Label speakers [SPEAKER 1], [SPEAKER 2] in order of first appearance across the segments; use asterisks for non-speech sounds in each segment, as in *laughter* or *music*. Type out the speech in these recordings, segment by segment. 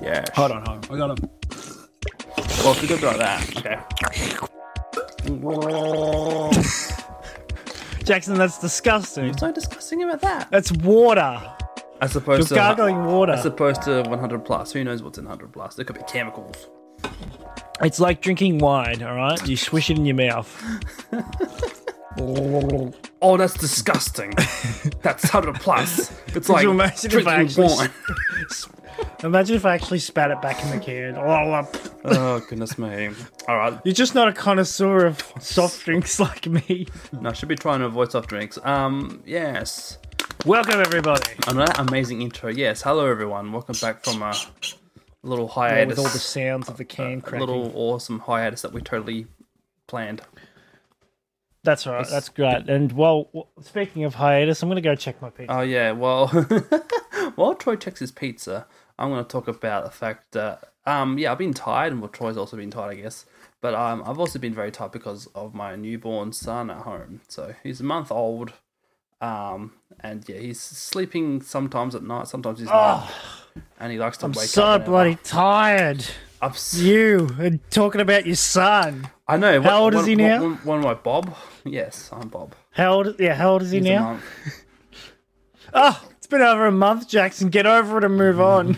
[SPEAKER 1] Yeah.
[SPEAKER 2] Hold on, hold on. I got him.
[SPEAKER 1] Well, if you go like that. Okay.
[SPEAKER 2] Jackson, that's disgusting.
[SPEAKER 1] So disgusting about that.
[SPEAKER 2] That's water.
[SPEAKER 1] As opposed
[SPEAKER 2] You're
[SPEAKER 1] to
[SPEAKER 2] gargling water.
[SPEAKER 1] As opposed to 100 plus. Who knows what's in 100 plus? There could be chemicals.
[SPEAKER 2] It's like drinking wine, all right? You swish it in your mouth.
[SPEAKER 1] Oh, that's
[SPEAKER 2] *laughs*
[SPEAKER 1] disgusting. that's 100 plus. It's like
[SPEAKER 2] you imagine if I
[SPEAKER 1] drinking
[SPEAKER 2] actually
[SPEAKER 1] wine.
[SPEAKER 2] Imagine if I actually spat it back in the can. Oh, uh,
[SPEAKER 1] *laughs* oh goodness me! All right,
[SPEAKER 2] You're just not a connoisseur of soft drinks like me.
[SPEAKER 1] no, I should be trying to avoid soft drinks. Um, yes.
[SPEAKER 2] Welcome, everybody.
[SPEAKER 1] And that amazing intro. Yes. Hello, everyone. Welcome back from a little
[SPEAKER 2] Oh,
[SPEAKER 1] hiatus.
[SPEAKER 2] with all the sounds of the can
[SPEAKER 1] uh, a
[SPEAKER 2] cracking.
[SPEAKER 1] little awesome hiatus that we totally planned.
[SPEAKER 2] That's all right. That's great. And well, w- speaking of hiatus, I'm going to go check my pizza.
[SPEAKER 1] Oh yeah. Well, *laughs* while Troy checks his pizza, I'm going to talk about the fact that um yeah I've been tired and well Troy's also been tired I guess, but um I've also been very tired because of my newborn son at home. So he's a month old, um and yeah he's sleeping sometimes at night, sometimes he's not, and he likes to
[SPEAKER 2] I'm
[SPEAKER 1] wake
[SPEAKER 2] so
[SPEAKER 1] up. and-
[SPEAKER 2] bloody tired.
[SPEAKER 1] I'm s-
[SPEAKER 2] You and talking about your son.
[SPEAKER 1] I know. What-
[SPEAKER 2] old is
[SPEAKER 1] what-
[SPEAKER 2] he
[SPEAKER 1] what-
[SPEAKER 2] now?
[SPEAKER 1] One, one of my Bob. Yes, I'm Bob.
[SPEAKER 2] How old? Yeah, how old is he
[SPEAKER 1] He's a
[SPEAKER 2] now?
[SPEAKER 1] month.
[SPEAKER 2] Oh, it's been over a month, Jackson. Get over it and move on.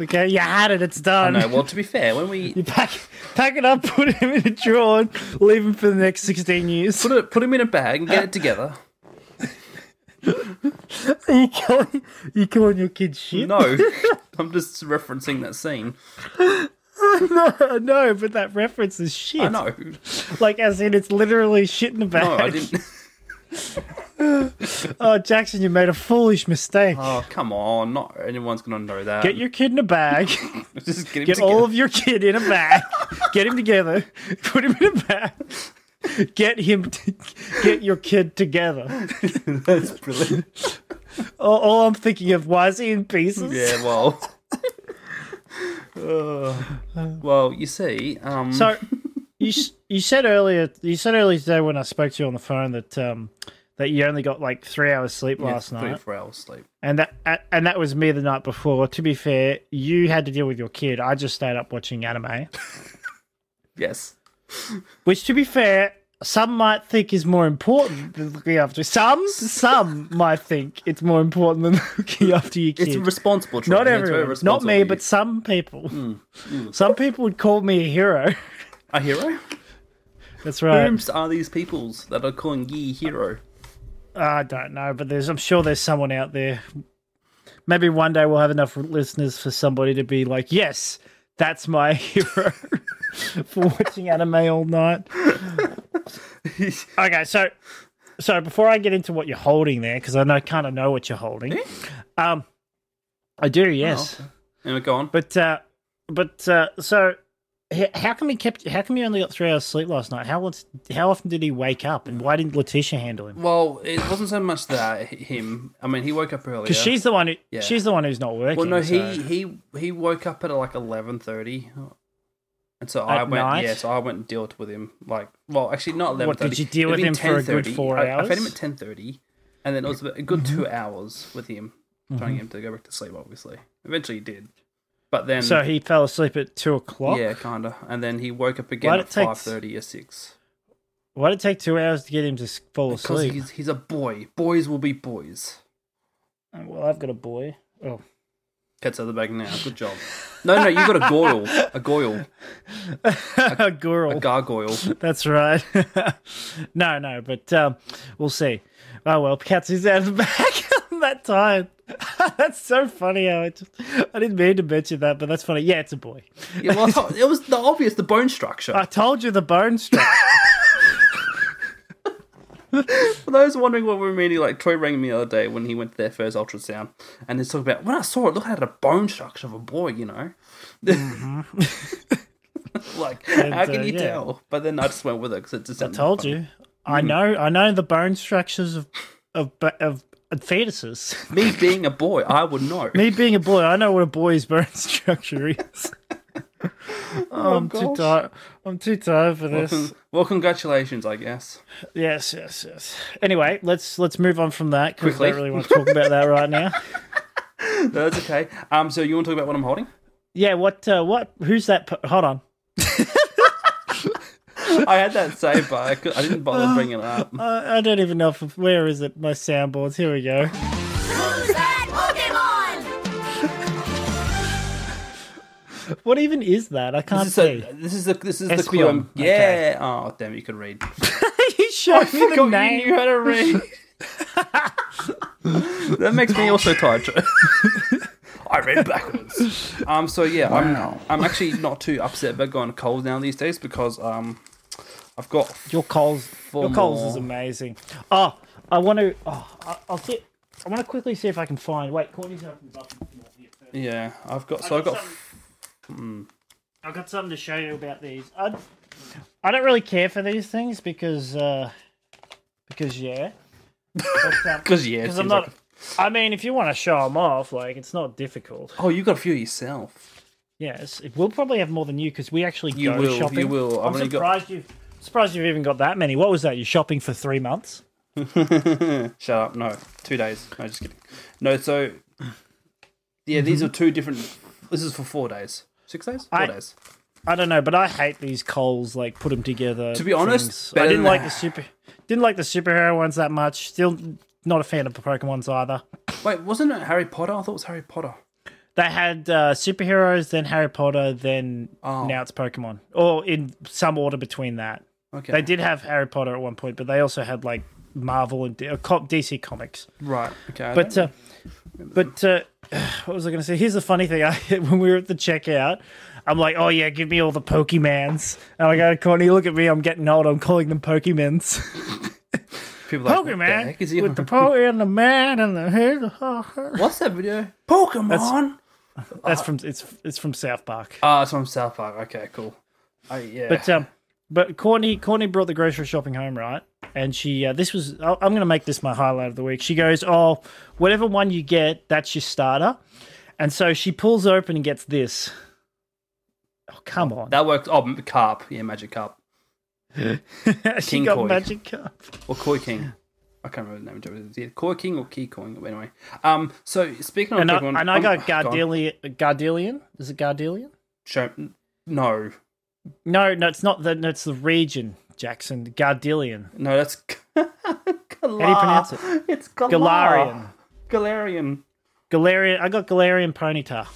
[SPEAKER 2] okay, you had it. It's done.
[SPEAKER 1] No, well to be fair, when we
[SPEAKER 2] *laughs* You pack, pack it up, *laughs* put him in a drawer, and leave him for the next 16 years.
[SPEAKER 1] *laughs* put it put him in a bag and get it
[SPEAKER 2] *laughs*
[SPEAKER 1] together.
[SPEAKER 2] Are you calling, you calling your kid shit?
[SPEAKER 1] No, *laughs* I'm just referencing that scene.
[SPEAKER 2] No, no, but that reference is shit.
[SPEAKER 1] I know.
[SPEAKER 2] Like, as in, it's literally shit in the bag.
[SPEAKER 1] No, I didn't.
[SPEAKER 2] *laughs*
[SPEAKER 1] *laughs*
[SPEAKER 2] Oh, Jackson, you made a foolish mistake.
[SPEAKER 1] Oh, come on. Not anyone's going to know that.
[SPEAKER 2] Get your kid in a bag.
[SPEAKER 1] *laughs* just get him
[SPEAKER 2] Get
[SPEAKER 1] together.
[SPEAKER 2] all of your kid in a bag. Get him together. *laughs* Put him in a bag. Get him. T- get your kid together.
[SPEAKER 1] *laughs*
[SPEAKER 2] *laughs*
[SPEAKER 1] That's brilliant.
[SPEAKER 2] All, all I'm thinking of why is he in pieces?
[SPEAKER 1] Yeah, well. Uh, well, you see, um,
[SPEAKER 2] So you s- you said earlier you said earlier today when I spoke to you on the phone that um that you only got like three hours sleep
[SPEAKER 1] yeah,
[SPEAKER 2] last
[SPEAKER 1] three,
[SPEAKER 2] night,
[SPEAKER 1] four hours sleep.
[SPEAKER 2] and that a- and that was me the night before. To be fair, you had to deal with your kid. I just stayed up
[SPEAKER 1] *laughs*
[SPEAKER 2] watching anime,
[SPEAKER 1] Yes.
[SPEAKER 2] which, to be fair, some might think is more important than looking after. Some some might think it's more important than *laughs* looking after your kid.
[SPEAKER 1] It's responsible. Troy.
[SPEAKER 2] not
[SPEAKER 1] It's very
[SPEAKER 2] everyone, not
[SPEAKER 1] responsible
[SPEAKER 2] me,
[SPEAKER 1] of
[SPEAKER 2] but
[SPEAKER 1] you. Mm,
[SPEAKER 2] some people. Some people would call me a hero.
[SPEAKER 1] A hero?
[SPEAKER 2] That's right.
[SPEAKER 1] Whom's are these peoples that are calling ye hero?
[SPEAKER 2] I don't know, but there's I'm sure there's someone out there. Maybe one day we'll have enough listeners for somebody to be like, "Yes, that's my *laughs* hero for watching anime all night." okay, so so before I get into what you're holding there, because I know kind of know what you're holding. Um, I do, yes,
[SPEAKER 1] Oh. Anyway, go on.
[SPEAKER 2] but uh, but uh, so h- how come he kept? How come he only got three hours sleep last night? How was- how often did he wake up, and why didn't Letitia handle him?
[SPEAKER 1] Well, it wasn't so much that h- him. I mean, he woke up earlier.
[SPEAKER 2] Because she's the one who,
[SPEAKER 1] Yeah.
[SPEAKER 2] she's the one who's not working.
[SPEAKER 1] Well, no,
[SPEAKER 2] so-
[SPEAKER 1] he he he woke up at like eleven thirty, and so I
[SPEAKER 2] At
[SPEAKER 1] went.
[SPEAKER 2] night?
[SPEAKER 1] Yeah, so I went and dealt with him. Like, well, actually, not eleven thirty.
[SPEAKER 2] What, did you deal with him for a good four
[SPEAKER 1] I, I fed him
[SPEAKER 2] hours? Mm-hmm.
[SPEAKER 1] at ten thirty, and then it was a good two hours with him, trying him to go back to sleep. Obviously, eventually he did, but then
[SPEAKER 2] So he fell asleep at two o'clock.
[SPEAKER 1] yeah, kinda, and then he woke up again
[SPEAKER 2] Why'd
[SPEAKER 1] at
[SPEAKER 2] it take-
[SPEAKER 1] five thirty or six.
[SPEAKER 2] Why did it take two hours to get him to s- fall
[SPEAKER 1] Because
[SPEAKER 2] asleep?
[SPEAKER 1] he's he's a boy. Boys will be boys.
[SPEAKER 2] Oh, Well, I've got a boy.
[SPEAKER 1] *laughs*
[SPEAKER 2] Oh,
[SPEAKER 1] Cat's out of the bag now. Good job. No, no, you got a goyle, a goyle,
[SPEAKER 2] *laughs* a girl.
[SPEAKER 1] a gargoyle.
[SPEAKER 2] That's right. *laughs* no, no, but um, we'll see. Oh well, Katsu's out of the *laughs* back. I'm that tired. *laughs* that's so funny. How I just, I didn't mean to mention that, but that's funny. Yeah, *laughs* it's a boy.
[SPEAKER 1] Yeah, well, I thought- it was the obvious, the bone structure.
[SPEAKER 2] I told you the bone structure.
[SPEAKER 1] *laughs* For those wondering what we're meaning, like Troy rang me the other day when he went to their first ultrasound, and he's talking about when I saw it, look at the bone structure of a boy, you know. *laughs* like, how
[SPEAKER 2] Mm-hmm. *laughs* And,
[SPEAKER 1] can
[SPEAKER 2] uh,
[SPEAKER 1] you
[SPEAKER 2] yeah.
[SPEAKER 1] tell? But then I just went with it because it just.
[SPEAKER 2] I told you. I
[SPEAKER 1] Mm.
[SPEAKER 2] know. I know the bone structures of of ba- of, of fetuses.
[SPEAKER 1] Me being a boy, I would know.
[SPEAKER 2] *laughs* Me being a boy, I know what a boy's bone *laughs* structure
[SPEAKER 1] *laughs*
[SPEAKER 2] is. I'm too
[SPEAKER 1] Oh, gosh.
[SPEAKER 2] tired. I'm too tired for this.
[SPEAKER 1] *laughs* Well, congratulations, I guess.
[SPEAKER 2] yes, yes, yes. Anyway, let's let's move on from that because
[SPEAKER 1] Quickly. *laughs*
[SPEAKER 2] I don't really want to talk about that right now.
[SPEAKER 1] That's okay. Um, so you want to talk about what I'm holding?
[SPEAKER 2] Yeah, what? Uh, what? Who's that? p- Hold on.
[SPEAKER 1] I had that saved, but I, could, I didn't bother bringing it
[SPEAKER 2] *laughs*
[SPEAKER 1] up.
[SPEAKER 2] I I don't even know if where is it. My soundboards. Here we go.
[SPEAKER 3] Who's that Pokemon?
[SPEAKER 2] What even is that? I can't
[SPEAKER 1] This is,
[SPEAKER 2] see. *laughs*
[SPEAKER 1] a, this is the this is the
[SPEAKER 2] Esquire.
[SPEAKER 1] quorum.
[SPEAKER 2] Okay.
[SPEAKER 1] Yeah. Oh damn, it, you could read.
[SPEAKER 2] he showed me the name.
[SPEAKER 1] you knew how to read. that makes me also tired. *laughs* Joe. I read backwards. Um. So yeah,
[SPEAKER 4] Wow.
[SPEAKER 1] I'm I'm actually not too upset about going cold now these days because um, I've got
[SPEAKER 2] Your Coles, your Coles is
[SPEAKER 1] more.
[SPEAKER 2] amazing. Oh, I want to. Oh, I, I'll see. I want to quickly see if I can find. Wait, Courtney's opened up.
[SPEAKER 1] yeah, I've got so I've got
[SPEAKER 2] Hmm. I've got something to show you about these. I, I don't really care for these things because, uh, because yeah, because
[SPEAKER 1] because yeah, *laughs* it
[SPEAKER 2] I'm
[SPEAKER 1] seems
[SPEAKER 2] not.
[SPEAKER 1] like-
[SPEAKER 2] I mean, if you want to show them off, like it's not difficult.
[SPEAKER 1] oh, you got a few yourself.
[SPEAKER 2] Yes, it, we'll probably have more than you because we actually
[SPEAKER 1] You
[SPEAKER 2] go
[SPEAKER 1] will,
[SPEAKER 2] shopping.
[SPEAKER 1] you will. I've
[SPEAKER 2] I'm
[SPEAKER 1] only got-
[SPEAKER 2] surprised you. Surprised you've even got that many. What was that? You shopping for three months?
[SPEAKER 1] Shut up. No, two days. No, just kidding. No, so yeah, these are two different. This is for four days, six days, four
[SPEAKER 2] I-
[SPEAKER 1] days.
[SPEAKER 2] I don't know, but I hate these Coles like put them together.
[SPEAKER 1] To be honest,
[SPEAKER 2] things. I
[SPEAKER 1] better
[SPEAKER 2] didn't
[SPEAKER 1] than-
[SPEAKER 2] like the super, didn't like the superhero ones that much. Still not a fan of the Pokemon's either.
[SPEAKER 1] Wait, wasn't it Harry Potter? I thought it was Harry Potter.
[SPEAKER 2] They had uh, superheroes, then Harry Potter, then
[SPEAKER 1] Oh.
[SPEAKER 2] now it's Pokemon, or in some order between that.
[SPEAKER 1] Okay,
[SPEAKER 2] They did have Harry Potter at one point, but they also had like Marvel and D- uh, co- DC Comics.
[SPEAKER 1] right. Okay, I
[SPEAKER 2] But
[SPEAKER 1] don't-
[SPEAKER 2] uh, but uh, *sighs* what was I going to say? Here's the funny thing: *laughs* I, when we were at the checkout, I'm like, "Oh yeah, give me all the Pokemans," and I go, "Courtney, look at me, I'm getting old. I'm calling them Pokemans. *laughs*
[SPEAKER 1] people are like, what the
[SPEAKER 2] Pokemon
[SPEAKER 1] heck is he *laughs* Uh,
[SPEAKER 2] with the po and the man and the head.
[SPEAKER 1] What's that video? Pokemon.
[SPEAKER 2] That's from it's it's from South Park.
[SPEAKER 1] Ah, it's from South Park. Okay, cool. I yeah.
[SPEAKER 2] But um, but Courtney Courtney brought the grocery shopping home, right? And she uh, this was I- I'm going to make this my highlight of the week. She goes, "Oh, whatever one you get, that's your starter." And so she pulls open and gets this. Oh come on!
[SPEAKER 1] that worked. Oh, m- carp. Yeah, magic carp
[SPEAKER 2] *laughs* she
[SPEAKER 1] King
[SPEAKER 2] got
[SPEAKER 1] Koi. *laughs*
[SPEAKER 2] magic cup.
[SPEAKER 1] or koi king. I can't remember the name. of it. Is it koi king or key coin? Anyway, um. So speaking of
[SPEAKER 2] And I,
[SPEAKER 1] Pokemon,
[SPEAKER 2] and I got
[SPEAKER 1] I'm- go on.
[SPEAKER 2] Gardelian. Gardelian is it Gardelian?
[SPEAKER 1] Show, no,
[SPEAKER 2] No, no, it's not. The, no, it's the region, Jackson. Gardelian.
[SPEAKER 1] no. That's *laughs* Galar.
[SPEAKER 2] pronounce it?
[SPEAKER 1] It's Galar.
[SPEAKER 2] Galarian.
[SPEAKER 1] Galarian.
[SPEAKER 2] Galarian. I got Galarian Ponyta.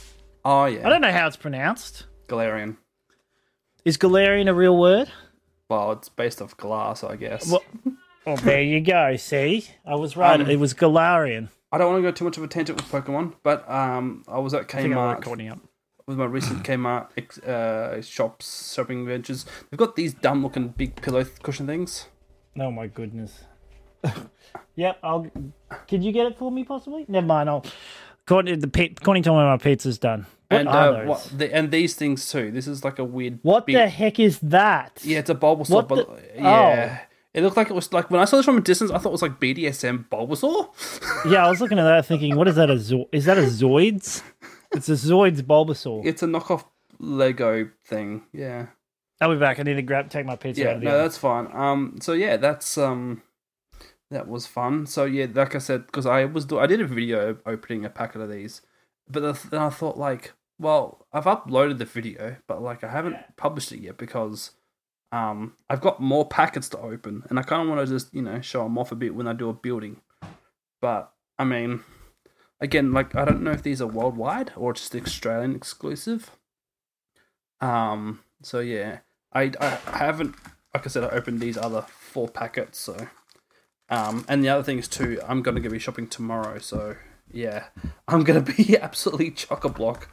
[SPEAKER 1] Oh
[SPEAKER 2] I
[SPEAKER 1] yeah,
[SPEAKER 2] don't know how it's pronounced.
[SPEAKER 1] Galarian.
[SPEAKER 2] Is Galarian a real word?
[SPEAKER 1] Well, it's based off glass, I guess.
[SPEAKER 2] Well- Well, Oh, there you go. See, I was right.
[SPEAKER 1] Um,
[SPEAKER 2] it was Galarian.
[SPEAKER 1] I don't want to go too much of a tangent with Pokemon, but um, I was at
[SPEAKER 2] I think
[SPEAKER 1] Kmart
[SPEAKER 2] I'm recording up.
[SPEAKER 1] with my recent Kmart ex- uh, shops shopping ventures. They've got these dumb looking big pillow cushion things.
[SPEAKER 2] Oh my goodness. *laughs* yep. I'll. Could you get it for me possibly? Never mind. I'll. Courtney, the pi- Courtney told me my pizza's done. What
[SPEAKER 1] and uh,
[SPEAKER 2] are those?
[SPEAKER 1] what, the, and these things too. This is like a weird.
[SPEAKER 2] What
[SPEAKER 1] big-
[SPEAKER 2] the heck is that?
[SPEAKER 1] Yeah, it's a Bulbasaur.
[SPEAKER 2] What
[SPEAKER 1] but
[SPEAKER 2] the- Oh.
[SPEAKER 1] yeah, it looked like it was like when I saw this from a distance, I thought it was like BDSM Bulbasaur.
[SPEAKER 2] Yeah, I was looking at that thinking, what is that? A zo- is that a Zoids? It's a Zoids Bulbasaur.
[SPEAKER 1] it's a knockoff Lego thing. Yeah.
[SPEAKER 2] I'll be back. I need to grab take my pizza out
[SPEAKER 1] yeah
[SPEAKER 2] of the
[SPEAKER 1] no
[SPEAKER 2] oven.
[SPEAKER 1] that's fine um so yeah that's um that was fun so yeah like i said because i was do- i did a video opening a packet of these but the th- then i thought like well i've uploaded the video but like i haven't published it yet because um i've got more packets to open and i kind of want to just you know show them off a bit when i do a building but i mean again like i don't know if these are worldwide or just australian exclusive um so yeah I, I I haven't, like I said, I opened these other four packets. So, um, and the other thing is too, I'm going to be shopping tomorrow. So, yeah, *laughs* I'm going to be absolutely chock a block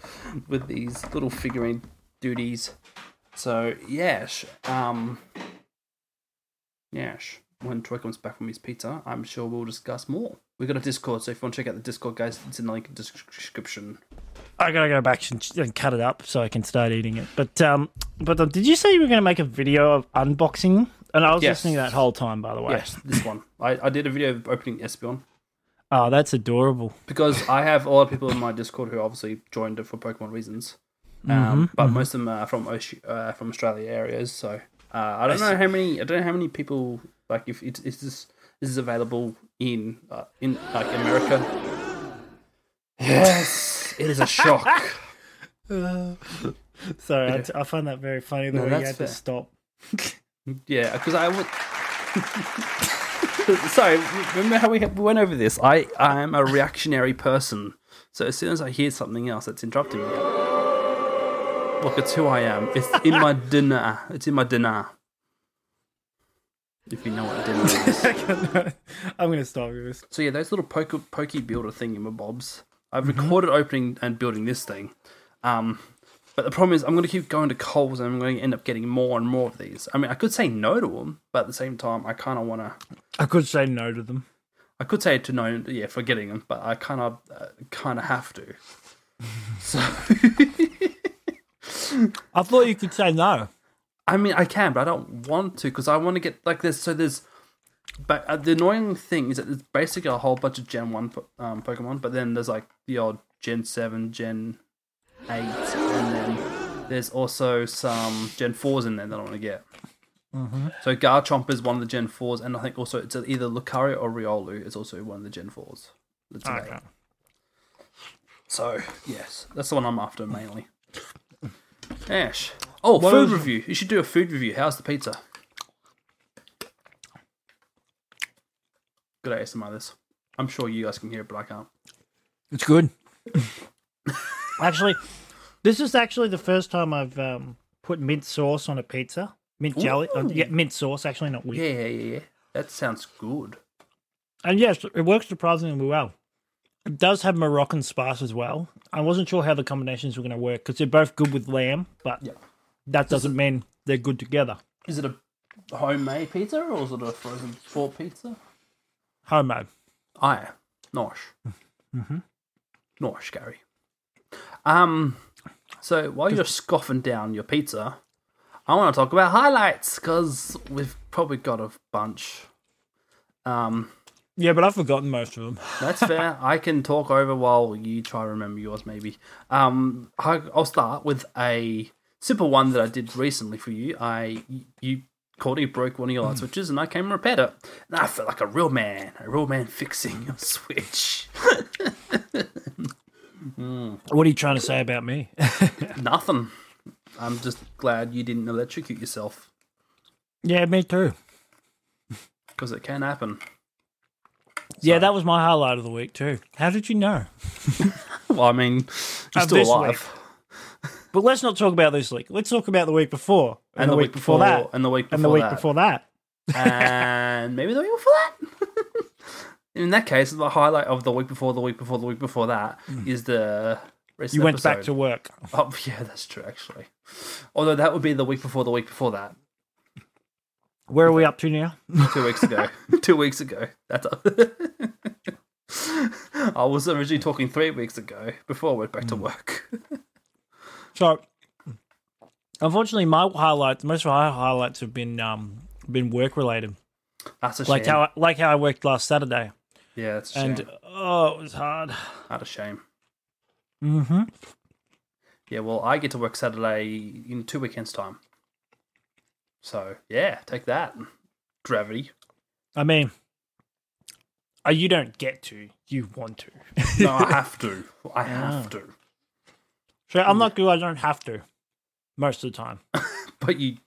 [SPEAKER 1] with these little figurine duties. So, yeah, sh- um, yeah, sh- when Troy comes back from his pizza, I'm sure we'll discuss more. We've got a Discord, so if you want to check out the Discord, guys, it's in the link in the description.
[SPEAKER 2] I gotta go back and, and cut it up so I can start eating it. But um, but um, did you say you were gonna make a video of unboxing? And I was
[SPEAKER 1] Yes.
[SPEAKER 2] listening that whole time, by the way.
[SPEAKER 1] Yes, this one. I, I did a video of opening Espeon.
[SPEAKER 2] Oh, that's adorable. *laughs*
[SPEAKER 1] because I have a lot of people in my Discord who obviously joined it for Pokemon reasons, um, but most of them are from Oce- uh, from Australia areas. So uh, I don't know how many. I don't know how many people like if it is this this is available in uh, in like America. Yes, it is a shock.
[SPEAKER 2] Sorry, I, t- I find that very funny the
[SPEAKER 1] No,
[SPEAKER 2] way you
[SPEAKER 1] that's
[SPEAKER 2] had
[SPEAKER 1] fair.
[SPEAKER 2] to stop.
[SPEAKER 1] Yeah, because I would. *laughs* Sorry, remember how we we went over this? I I am a reactionary person, so as soon as I hear something else that's interrupting me, look, it's who I am. It's in my *laughs* dinner. It's in my dinner. If you know what dinner is.
[SPEAKER 2] I'm gonna stop with this.
[SPEAKER 1] So yeah, those little poke, pokey builder thingamabobs. I've recorded opening and building this thing, um, but the problem is I'm going to keep going to Coles and I'm going to end up getting more and more of these. I mean, I could say no to them, but at the same time, I kind of want to.
[SPEAKER 2] I could say no to them.
[SPEAKER 1] I could say to no, yeah, for getting them, but I kind of uh, kind of have to. So
[SPEAKER 2] I thought you could say no.
[SPEAKER 1] I mean, I can, but I don't want to because I want to get like this. So there's, but uh, the annoying thing is that there's basically a whole bunch of Gen One po- um, Pokemon, but then there's like the odd Gen Seven, Gen Eight, and then there's also some Gen Fours in there that I want to get.
[SPEAKER 2] Mm-hmm.
[SPEAKER 1] So Garchomp is one of the Gen Fours, and I think also it's either Lucario or Riolu is also one of the Gen Fours. That's about it.
[SPEAKER 2] Okay.
[SPEAKER 1] So yes, that's the one I'm after
[SPEAKER 2] *laughs*
[SPEAKER 1] mainly. Ash. Oh,
[SPEAKER 2] What
[SPEAKER 1] food
[SPEAKER 2] is-
[SPEAKER 1] review. You should do a food review. How's the pizza? Good ASMR. This. I'm sure you guys can hear it, but I can't.
[SPEAKER 2] It's good. *laughs* actually, this is actually the first time I've um, put mint sauce on a pizza. Mint jelly, uh,
[SPEAKER 1] Ooh.
[SPEAKER 2] yeah, mint sauce. Actually, not weird.
[SPEAKER 1] Yeah, yeah, yeah, yeah. That sounds good.
[SPEAKER 2] And yes, it works surprisingly well. It does have Moroccan spice as well. I wasn't sure how the combinations were going to work because they're both good with lamb, but
[SPEAKER 1] Yeah.
[SPEAKER 2] that doesn't mean they're good together.
[SPEAKER 1] Is it a homemade pizza or is it a frozen fort pizza?
[SPEAKER 2] Homemade.
[SPEAKER 1] Aye, nosh. *laughs* Mm-hmm. Nosh, Gary. Um, so while you're scoffing down your pizza, I want to talk about highlights because we've probably got a bunch. Um,
[SPEAKER 2] Yeah, but I've forgotten most of them.
[SPEAKER 1] that's fair. I can talk over while you try to remember yours, maybe. Um, I- I'll start with a simple one that I did recently for you. I you Courtney broke one of your light switches, and I came and repaired it. And I felt like a real man, a real man *laughs* fixing your switch.
[SPEAKER 2] What are you trying to say about me?
[SPEAKER 1] Nothing. I'm just glad you didn't electrocute yourself
[SPEAKER 2] *laughs* yeah, me too.
[SPEAKER 1] because it can happen.
[SPEAKER 2] Yeah, that was my highlight of the week too. How did you know?
[SPEAKER 1] Well, I mean, you're still
[SPEAKER 2] Of Uh, this
[SPEAKER 1] alive.
[SPEAKER 2] But let's not talk about this week. Let's talk about the week before,
[SPEAKER 1] And the week before,
[SPEAKER 2] that,
[SPEAKER 1] and the week before
[SPEAKER 2] and the week
[SPEAKER 1] that.
[SPEAKER 2] before that.
[SPEAKER 1] and maybe the week before that. *laughs* In that case, the highlight of the week before, the week before, the week before that is the recent
[SPEAKER 2] Mm. You went back to
[SPEAKER 1] episode.
[SPEAKER 2] work.
[SPEAKER 1] Oh, *laughs* yeah, that's true, actually. Although that would be the week before, the week before that.
[SPEAKER 2] Where are we up to now?
[SPEAKER 1] two weeks
[SPEAKER 2] *laughs*
[SPEAKER 1] ago. two weeks ago. That's. *laughs* I was originally talking three weeks ago before I went back
[SPEAKER 2] Mm.
[SPEAKER 1] to work. *laughs*
[SPEAKER 2] So, unfortunately, my highlights, most of my highlights have been um been work related.
[SPEAKER 1] That's a shame.
[SPEAKER 2] Like how I, like how I worked last Saturday,
[SPEAKER 1] yeah, that's a
[SPEAKER 2] and
[SPEAKER 1] shame.
[SPEAKER 2] oh, it was hard.
[SPEAKER 1] Not a shame.
[SPEAKER 2] Mm-hmm.
[SPEAKER 1] Yeah, well, I get to work Saturday in two weekends' time. So yeah, take that, gravity.
[SPEAKER 2] I mean, uh, you don't get to, you want to.
[SPEAKER 1] No, I have to. I have to.
[SPEAKER 2] So I'm not good. I don't have to most of the time.
[SPEAKER 1] But you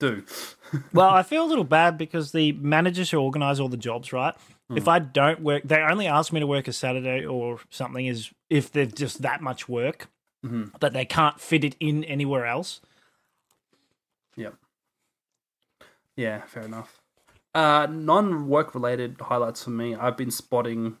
[SPEAKER 1] do. *laughs*
[SPEAKER 2] Well, I feel a little bad because the managers who organise all the jobs, right? If I don't work, they only ask me to work a Saturday or something. Is if there's just that much work that they can't fit it in anywhere else.
[SPEAKER 1] Yep. Yeah, fair enough. Uh, non-work related highlights for me. I've been spotting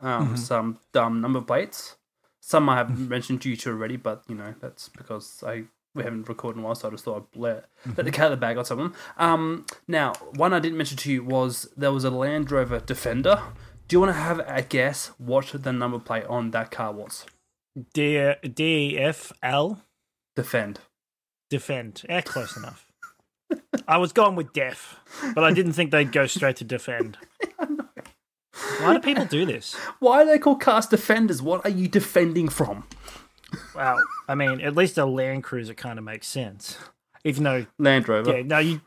[SPEAKER 1] um, some dumb number plates. Some I haven't mentioned to you two already, but you know that's because I we haven't recorded in a while, so I just thought I'd let, let the cat out of the bag on someone. Um, now, one I didn't mention to you was there was a Land Rover Defender. Do you want to have a guess what the number plate on that car was?
[SPEAKER 2] D D F L
[SPEAKER 1] Defend.
[SPEAKER 2] defend. Yeah, close enough. I was going with def, but I didn't think they'd go straight to defend. Why do people do this?
[SPEAKER 1] Why are they called cars defenders? What are you defending from?
[SPEAKER 2] Well, I mean, at least a Land Cruiser kind of makes sense, even though
[SPEAKER 1] Land Rover.
[SPEAKER 2] yeah, no, you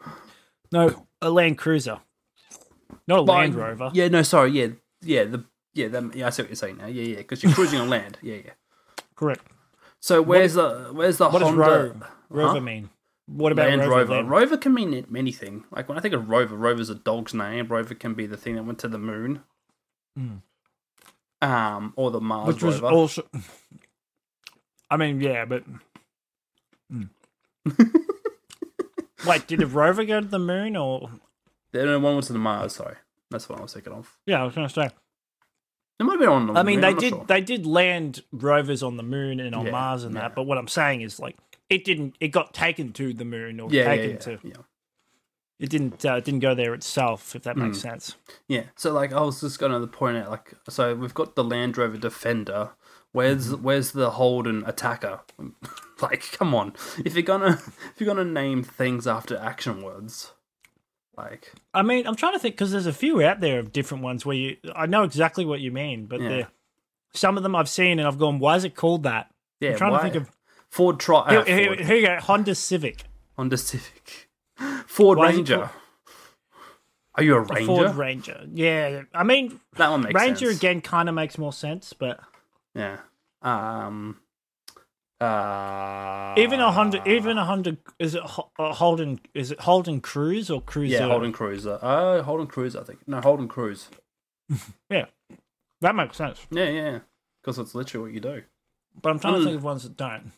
[SPEAKER 2] no a Land Cruiser, not a Land
[SPEAKER 1] Like,
[SPEAKER 2] Rover.
[SPEAKER 1] Yeah, no, sorry. Yeah, yeah, the yeah, that, yeah. I see what you're saying now. Yeah, yeah, because you're cruising on land. Yeah, yeah.
[SPEAKER 2] Correct.
[SPEAKER 1] So where's the where's the
[SPEAKER 2] What does
[SPEAKER 1] Honda
[SPEAKER 2] Rover, Rover
[SPEAKER 1] Huh?
[SPEAKER 2] mean? What about
[SPEAKER 1] Land
[SPEAKER 2] Rover?
[SPEAKER 1] Rover?
[SPEAKER 2] then?
[SPEAKER 1] Rover can mean anything. Like when I think of Rover, Rover's a dog's name. Rover can be the thing that went to the moon,
[SPEAKER 2] Hmm.
[SPEAKER 1] um, or the Mars
[SPEAKER 4] which was
[SPEAKER 1] Rover.
[SPEAKER 4] also. I mean, yeah, but
[SPEAKER 2] *laughs* Wait, did the rover go to the moon or?
[SPEAKER 1] The only one went to the Mars. Sorry, that's what I was thinking of.
[SPEAKER 4] yeah, I was gonna say.
[SPEAKER 1] There might have been on the
[SPEAKER 2] I mean,
[SPEAKER 1] moon,
[SPEAKER 2] they
[SPEAKER 1] I'm not
[SPEAKER 2] did
[SPEAKER 1] sure.
[SPEAKER 2] they did land rovers on the moon and on
[SPEAKER 1] Yeah,
[SPEAKER 2] Mars and
[SPEAKER 1] yeah.
[SPEAKER 2] that. But what I'm saying is like it didn't. It got taken to the moon or
[SPEAKER 1] yeah, yeah,
[SPEAKER 2] taken
[SPEAKER 1] yeah,
[SPEAKER 2] to.
[SPEAKER 1] yeah.
[SPEAKER 2] It didn't. Uh, it didn't go there itself. If that makes sense.
[SPEAKER 1] Yeah. So like I was just gonna point out like so we've got the Land Rover Defender. Where's
[SPEAKER 2] Mm-hmm.
[SPEAKER 1] where's the Holden Attacker? *laughs* like, come on. If you're gonna *laughs* if you're gonna name things after action words, like
[SPEAKER 2] I mean, I'm trying to think because there's a few out there of different ones where you. I know exactly what you mean, but
[SPEAKER 1] Yeah.
[SPEAKER 2] they're some of them I've seen and I've gone, why is it called that?
[SPEAKER 1] yeah,
[SPEAKER 2] I'm trying
[SPEAKER 1] why-
[SPEAKER 2] to think of.
[SPEAKER 1] Ford Trot uh,
[SPEAKER 2] Here, here,
[SPEAKER 1] Ford,
[SPEAKER 2] here you go, Honda Civic,
[SPEAKER 1] Honda Civic. *laughs* Ford
[SPEAKER 2] Why is it
[SPEAKER 1] Ranger.
[SPEAKER 2] called-
[SPEAKER 1] Are you a
[SPEAKER 2] the
[SPEAKER 1] Ranger?
[SPEAKER 2] Ford Ranger. Yeah, I mean,
[SPEAKER 1] that one makes
[SPEAKER 2] Ranger
[SPEAKER 1] sense.
[SPEAKER 2] again kind of makes more sense, but
[SPEAKER 1] Yeah. Um uh,
[SPEAKER 2] even a Honda, even a Honda, is it Ho- uh, Holden? Is it Holden Cruise or Cruiser?
[SPEAKER 1] Yeah, Holden Cruiser. Oh, Holden Cruiser, I think. No, Holden Cruise.
[SPEAKER 2] Yeah, that makes sense.
[SPEAKER 1] Yeah, yeah. Because it's literally what you do.
[SPEAKER 2] But I'm trying
[SPEAKER 1] Mm.
[SPEAKER 2] to think of ones that don't.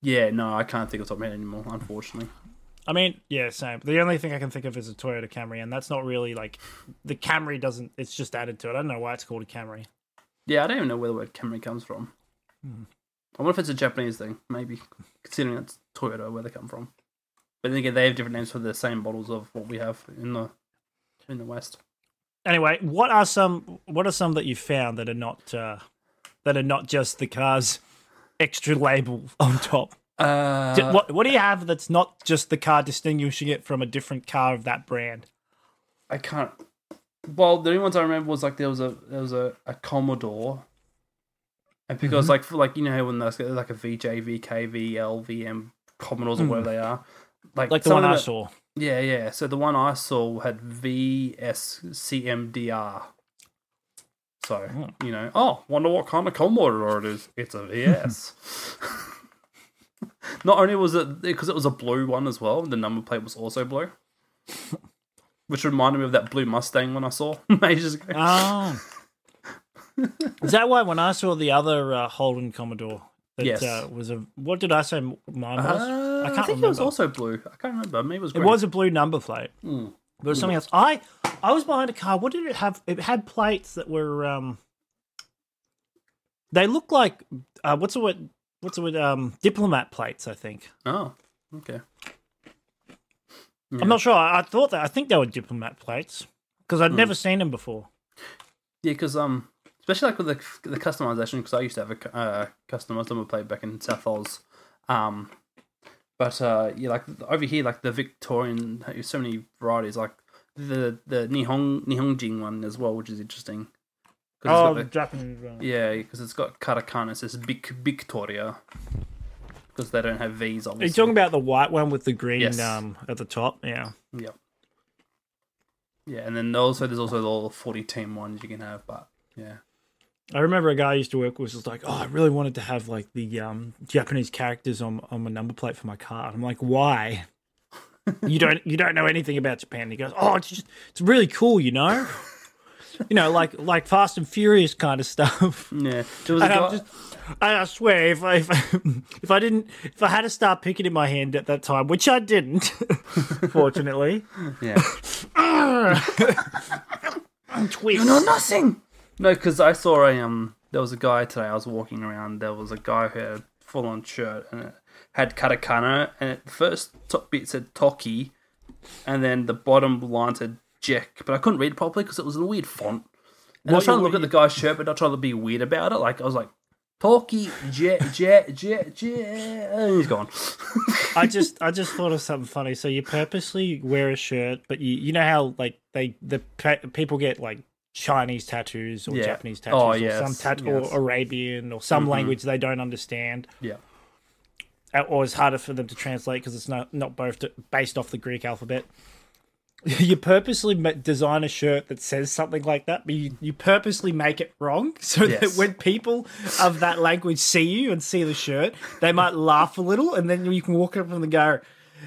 [SPEAKER 1] Yeah, no, I can't think of top of my head anymore, unfortunately.
[SPEAKER 2] I mean, yeah, same. The only thing I can think of is a Toyota Camry, and that's not really like the Camry doesn't. It's just added to it. I don't know why it's called a Camry.
[SPEAKER 1] Yeah, I don't even know where the word Camry comes from. I wonder if it's a Japanese thing, maybe, considering that's Toyota where they come from. But then again, they have different names for the same bottles of what we have in the in the West.
[SPEAKER 2] Anyway, what are some? What are some that you found that are not uh, that are not just the car's *laughs* extra label on top?
[SPEAKER 1] Uh,
[SPEAKER 2] D- what What do you have that's not just the car distinguishing it from a different car of that brand?
[SPEAKER 1] I can't. Well, the only ones I remember was like there was a there was a, a Commodore, and because like for like you know how when there's like a VJ, VK, VL, VM Commodores or whatever they are, like
[SPEAKER 2] Like the
[SPEAKER 1] some
[SPEAKER 2] one
[SPEAKER 1] of
[SPEAKER 2] I
[SPEAKER 1] the-
[SPEAKER 2] saw.
[SPEAKER 1] Yeah, yeah. So the one I saw had VSCMDR. So,
[SPEAKER 2] Hmm.
[SPEAKER 1] you know, oh, wonder what kind of Commodore it is. It's a VS. *laughs* Not only was it because it was a blue one as well, the number plate was also
[SPEAKER 2] *laughs*
[SPEAKER 1] blue. Which reminded me of that blue Mustang one I saw *laughs* ages ago.
[SPEAKER 2] Oh.
[SPEAKER 1] *laughs*
[SPEAKER 2] Is that why when I saw the other uh, Holden Commodore that
[SPEAKER 1] Yes.
[SPEAKER 2] uh, was a what did I say m- mine was?
[SPEAKER 1] Uh, I,
[SPEAKER 2] I can't
[SPEAKER 1] think
[SPEAKER 2] remember.
[SPEAKER 1] it was also Hmm. blue. I can't remember. Maybe it was
[SPEAKER 2] it
[SPEAKER 1] green.
[SPEAKER 2] was a blue number plate. There was something else. I I was behind a car. What did it have? It had plates that were um they look like uh, what's the word what's the word um diplomat plates, I think.
[SPEAKER 1] Oh, okay.
[SPEAKER 2] I'm not sure. I, I thought that I think they were diplomat plates because
[SPEAKER 1] Hmm.
[SPEAKER 2] I'd never seen them before.
[SPEAKER 1] Yeah, because um, especially like with the the customization, because I used to have a cu- uh, customized number plate back in South Oz, um, but uh, yeah, like over here, like the Victorian, there's so many varieties, like the the Nihong Nihongjin one as well, which is interesting. 'Cause it's got
[SPEAKER 2] Oh,
[SPEAKER 1] the-
[SPEAKER 2] Japanese one.
[SPEAKER 1] yeah, because it's got katakana. It says Vic Victoria, because they don't have V's.
[SPEAKER 2] Are you
[SPEAKER 1] Obviously,
[SPEAKER 2] talking about the white one with the green
[SPEAKER 1] Yes.
[SPEAKER 2] um at the top? Yeah.
[SPEAKER 1] Yep. Yeah, and then also there's also the little forty team ones you can have, but yeah,
[SPEAKER 2] I remember a guy I used to work with was just like, "Oh, I really wanted to have like the um, Japanese characters on on my number plate for my car." And I'm
[SPEAKER 1] *laughs*
[SPEAKER 2] like, "Why? you don't you don't know anything about Japan?" And he goes, "Oh, it's just it's really cool, you know, *laughs* you know, like like Fast and Furious kind of stuff."
[SPEAKER 1] yeah. There was a
[SPEAKER 2] And I'm
[SPEAKER 1] guy-
[SPEAKER 2] just, I I swear, if I, if I *laughs* if I didn't if I had a star picket in my hand at that time, which I didn't, *laughs*
[SPEAKER 1] *laughs*
[SPEAKER 2] fortunately,
[SPEAKER 1] yeah.
[SPEAKER 2] *laughs* twist.
[SPEAKER 1] nothing. No, because I saw a um. There was a guy today. I was walking around. There was a guy who had a full on shirt and it had katakana. And it, the first top bit said Toki, and then the bottom line said Jack. But I couldn't read it properly because it was in a weird font. And I was
[SPEAKER 2] What-
[SPEAKER 1] trying to
[SPEAKER 2] what
[SPEAKER 1] look at the guy's shirt, but not trying to be weird about it. Like I was like Toki Jack Jack Jack Jack. And he's gone.
[SPEAKER 2] I just I just thought of something funny. So you purposely wear a shirt, but you you know how like they the pe- people get like Chinese tattoos or
[SPEAKER 1] Yeah.
[SPEAKER 2] Japanese tattoos
[SPEAKER 1] Oh,
[SPEAKER 2] or some
[SPEAKER 1] yes,
[SPEAKER 2] tat-
[SPEAKER 1] yes. Mm-hmm.
[SPEAKER 2] or Arabian or some language they don't understand
[SPEAKER 1] yeah.
[SPEAKER 2] or it's harder for them to translate because it's not not both based off the Greek alphabet. *laughs* you purposely ma- design a shirt that says something like that, but you, you purposely make it wrong *laughs* so
[SPEAKER 1] Yes.
[SPEAKER 2] that when people of that language see you and see the shirt, they might laugh a little, and then you can walk up to them and go,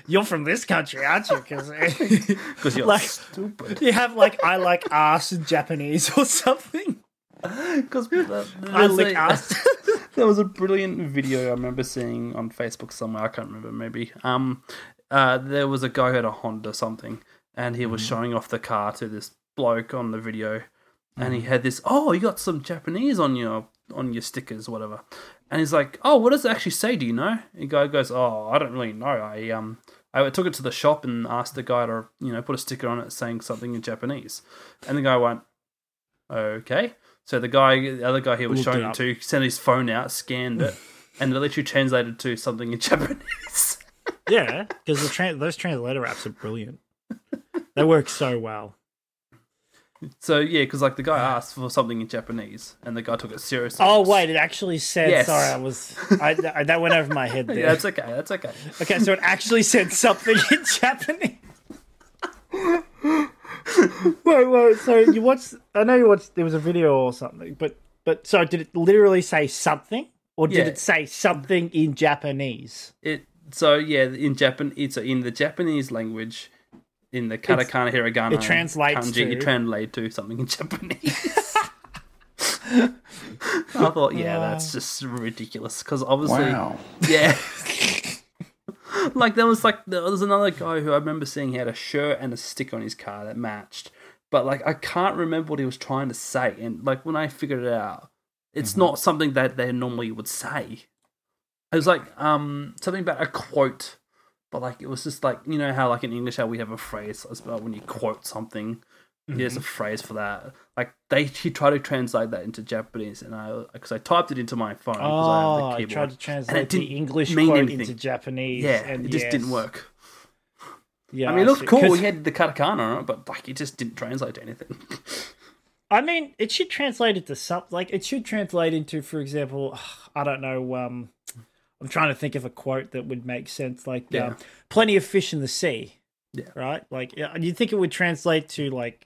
[SPEAKER 2] "You're from this country, aren't you?" Because *laughs*
[SPEAKER 1] Because you're
[SPEAKER 2] Like-
[SPEAKER 1] stupid.
[SPEAKER 2] you have like I like ass in Japanese *laughs* or something.
[SPEAKER 1] Because
[SPEAKER 2] I lick ass.
[SPEAKER 1] *laughs* There was a brilliant video I remember seeing on Facebook somewhere. I can't remember, maybe. Um, uh, there was a guy who had a Honda something, and he was showing off the car to this bloke on the video, and he had this. Oh, you got some Japanese on your on your stickers, whatever. And he's like, "Oh, what does it actually say? Do you know?" And the guy goes, "Oh, I don't really know. I um." I took it to the shop and asked the guy to, you know, put a sticker on it saying something in Japanese. And the guy went, Okay. So the guy, the other guy here was
[SPEAKER 4] Looked it
[SPEAKER 1] showing it
[SPEAKER 4] up.
[SPEAKER 1] to, sent his phone out, scanned it, and it literally translated to something in *laughs* Japanese.
[SPEAKER 2] yeah, because the tran those translator apps are brilliant. They work so well.
[SPEAKER 1] so yeah, because like the guy asked for something in Japanese, and the guy took it seriously.
[SPEAKER 2] Oh wait, it actually said.
[SPEAKER 1] Yes.
[SPEAKER 2] Sorry, I was. I, I- that went over my head there.
[SPEAKER 1] *laughs* yeah, that's okay. That's okay.
[SPEAKER 2] Okay, so it actually said something *laughs* in
[SPEAKER 1] *laughs*
[SPEAKER 2] Japanese. wait, wait. So you watched? I know you watched. There was a video or something, but but so did it literally say something, or did
[SPEAKER 1] Yeah.
[SPEAKER 2] it say something in Japanese?
[SPEAKER 1] It. So yeah, in Japan, it's in the Japanese language, in the katakana, hiragana,
[SPEAKER 2] it translates
[SPEAKER 1] kanji,
[SPEAKER 2] to-
[SPEAKER 1] it translates to something in
[SPEAKER 2] *laughs*
[SPEAKER 1] Japanese. I thought, yeah, that's
[SPEAKER 2] Uh.
[SPEAKER 1] just ridiculous. Because obviously,
[SPEAKER 5] Wow.
[SPEAKER 1] Yeah. like there was like there was another guy who I remember seeing he had a shirt and a stick on his car that matched. But like I can't remember what he was trying to say and like when I figured it out, it's
[SPEAKER 2] Mm-hmm.
[SPEAKER 1] not something that they normally would say. It was like um something about a quote. But like it was just like you know how like in English how we have a phrase as well when you quote something. There's a
[SPEAKER 2] Mm-hmm.
[SPEAKER 1] phrase for that. Like they he tried to translate that into Japanese, and I because I typed it into my phone. 'cause
[SPEAKER 2] Oh,
[SPEAKER 1] I, have
[SPEAKER 2] I
[SPEAKER 1] the keyboard,
[SPEAKER 2] tried to translate
[SPEAKER 1] didn't
[SPEAKER 2] the English
[SPEAKER 1] mean
[SPEAKER 2] quote
[SPEAKER 1] anything.
[SPEAKER 2] into Japanese.
[SPEAKER 1] yeah,
[SPEAKER 2] and
[SPEAKER 1] it just didn't
[SPEAKER 2] yes.
[SPEAKER 1] work.
[SPEAKER 2] Yeah,
[SPEAKER 1] I mean, it
[SPEAKER 2] see.
[SPEAKER 1] looked cool.
[SPEAKER 2] 'Cause-
[SPEAKER 1] He had the katakana on it, but like, it just didn't translate to anything. *laughs*
[SPEAKER 2] I mean, it should translate into something. Like, it should translate into, for example, *sighs* I don't know. Um, I'm trying to think of a quote that would make sense. Like,
[SPEAKER 1] Yeah.
[SPEAKER 2] um, plenty of fish in the sea.
[SPEAKER 1] Yeah.
[SPEAKER 2] Right? Like, yeah, you'd think it would translate to, like,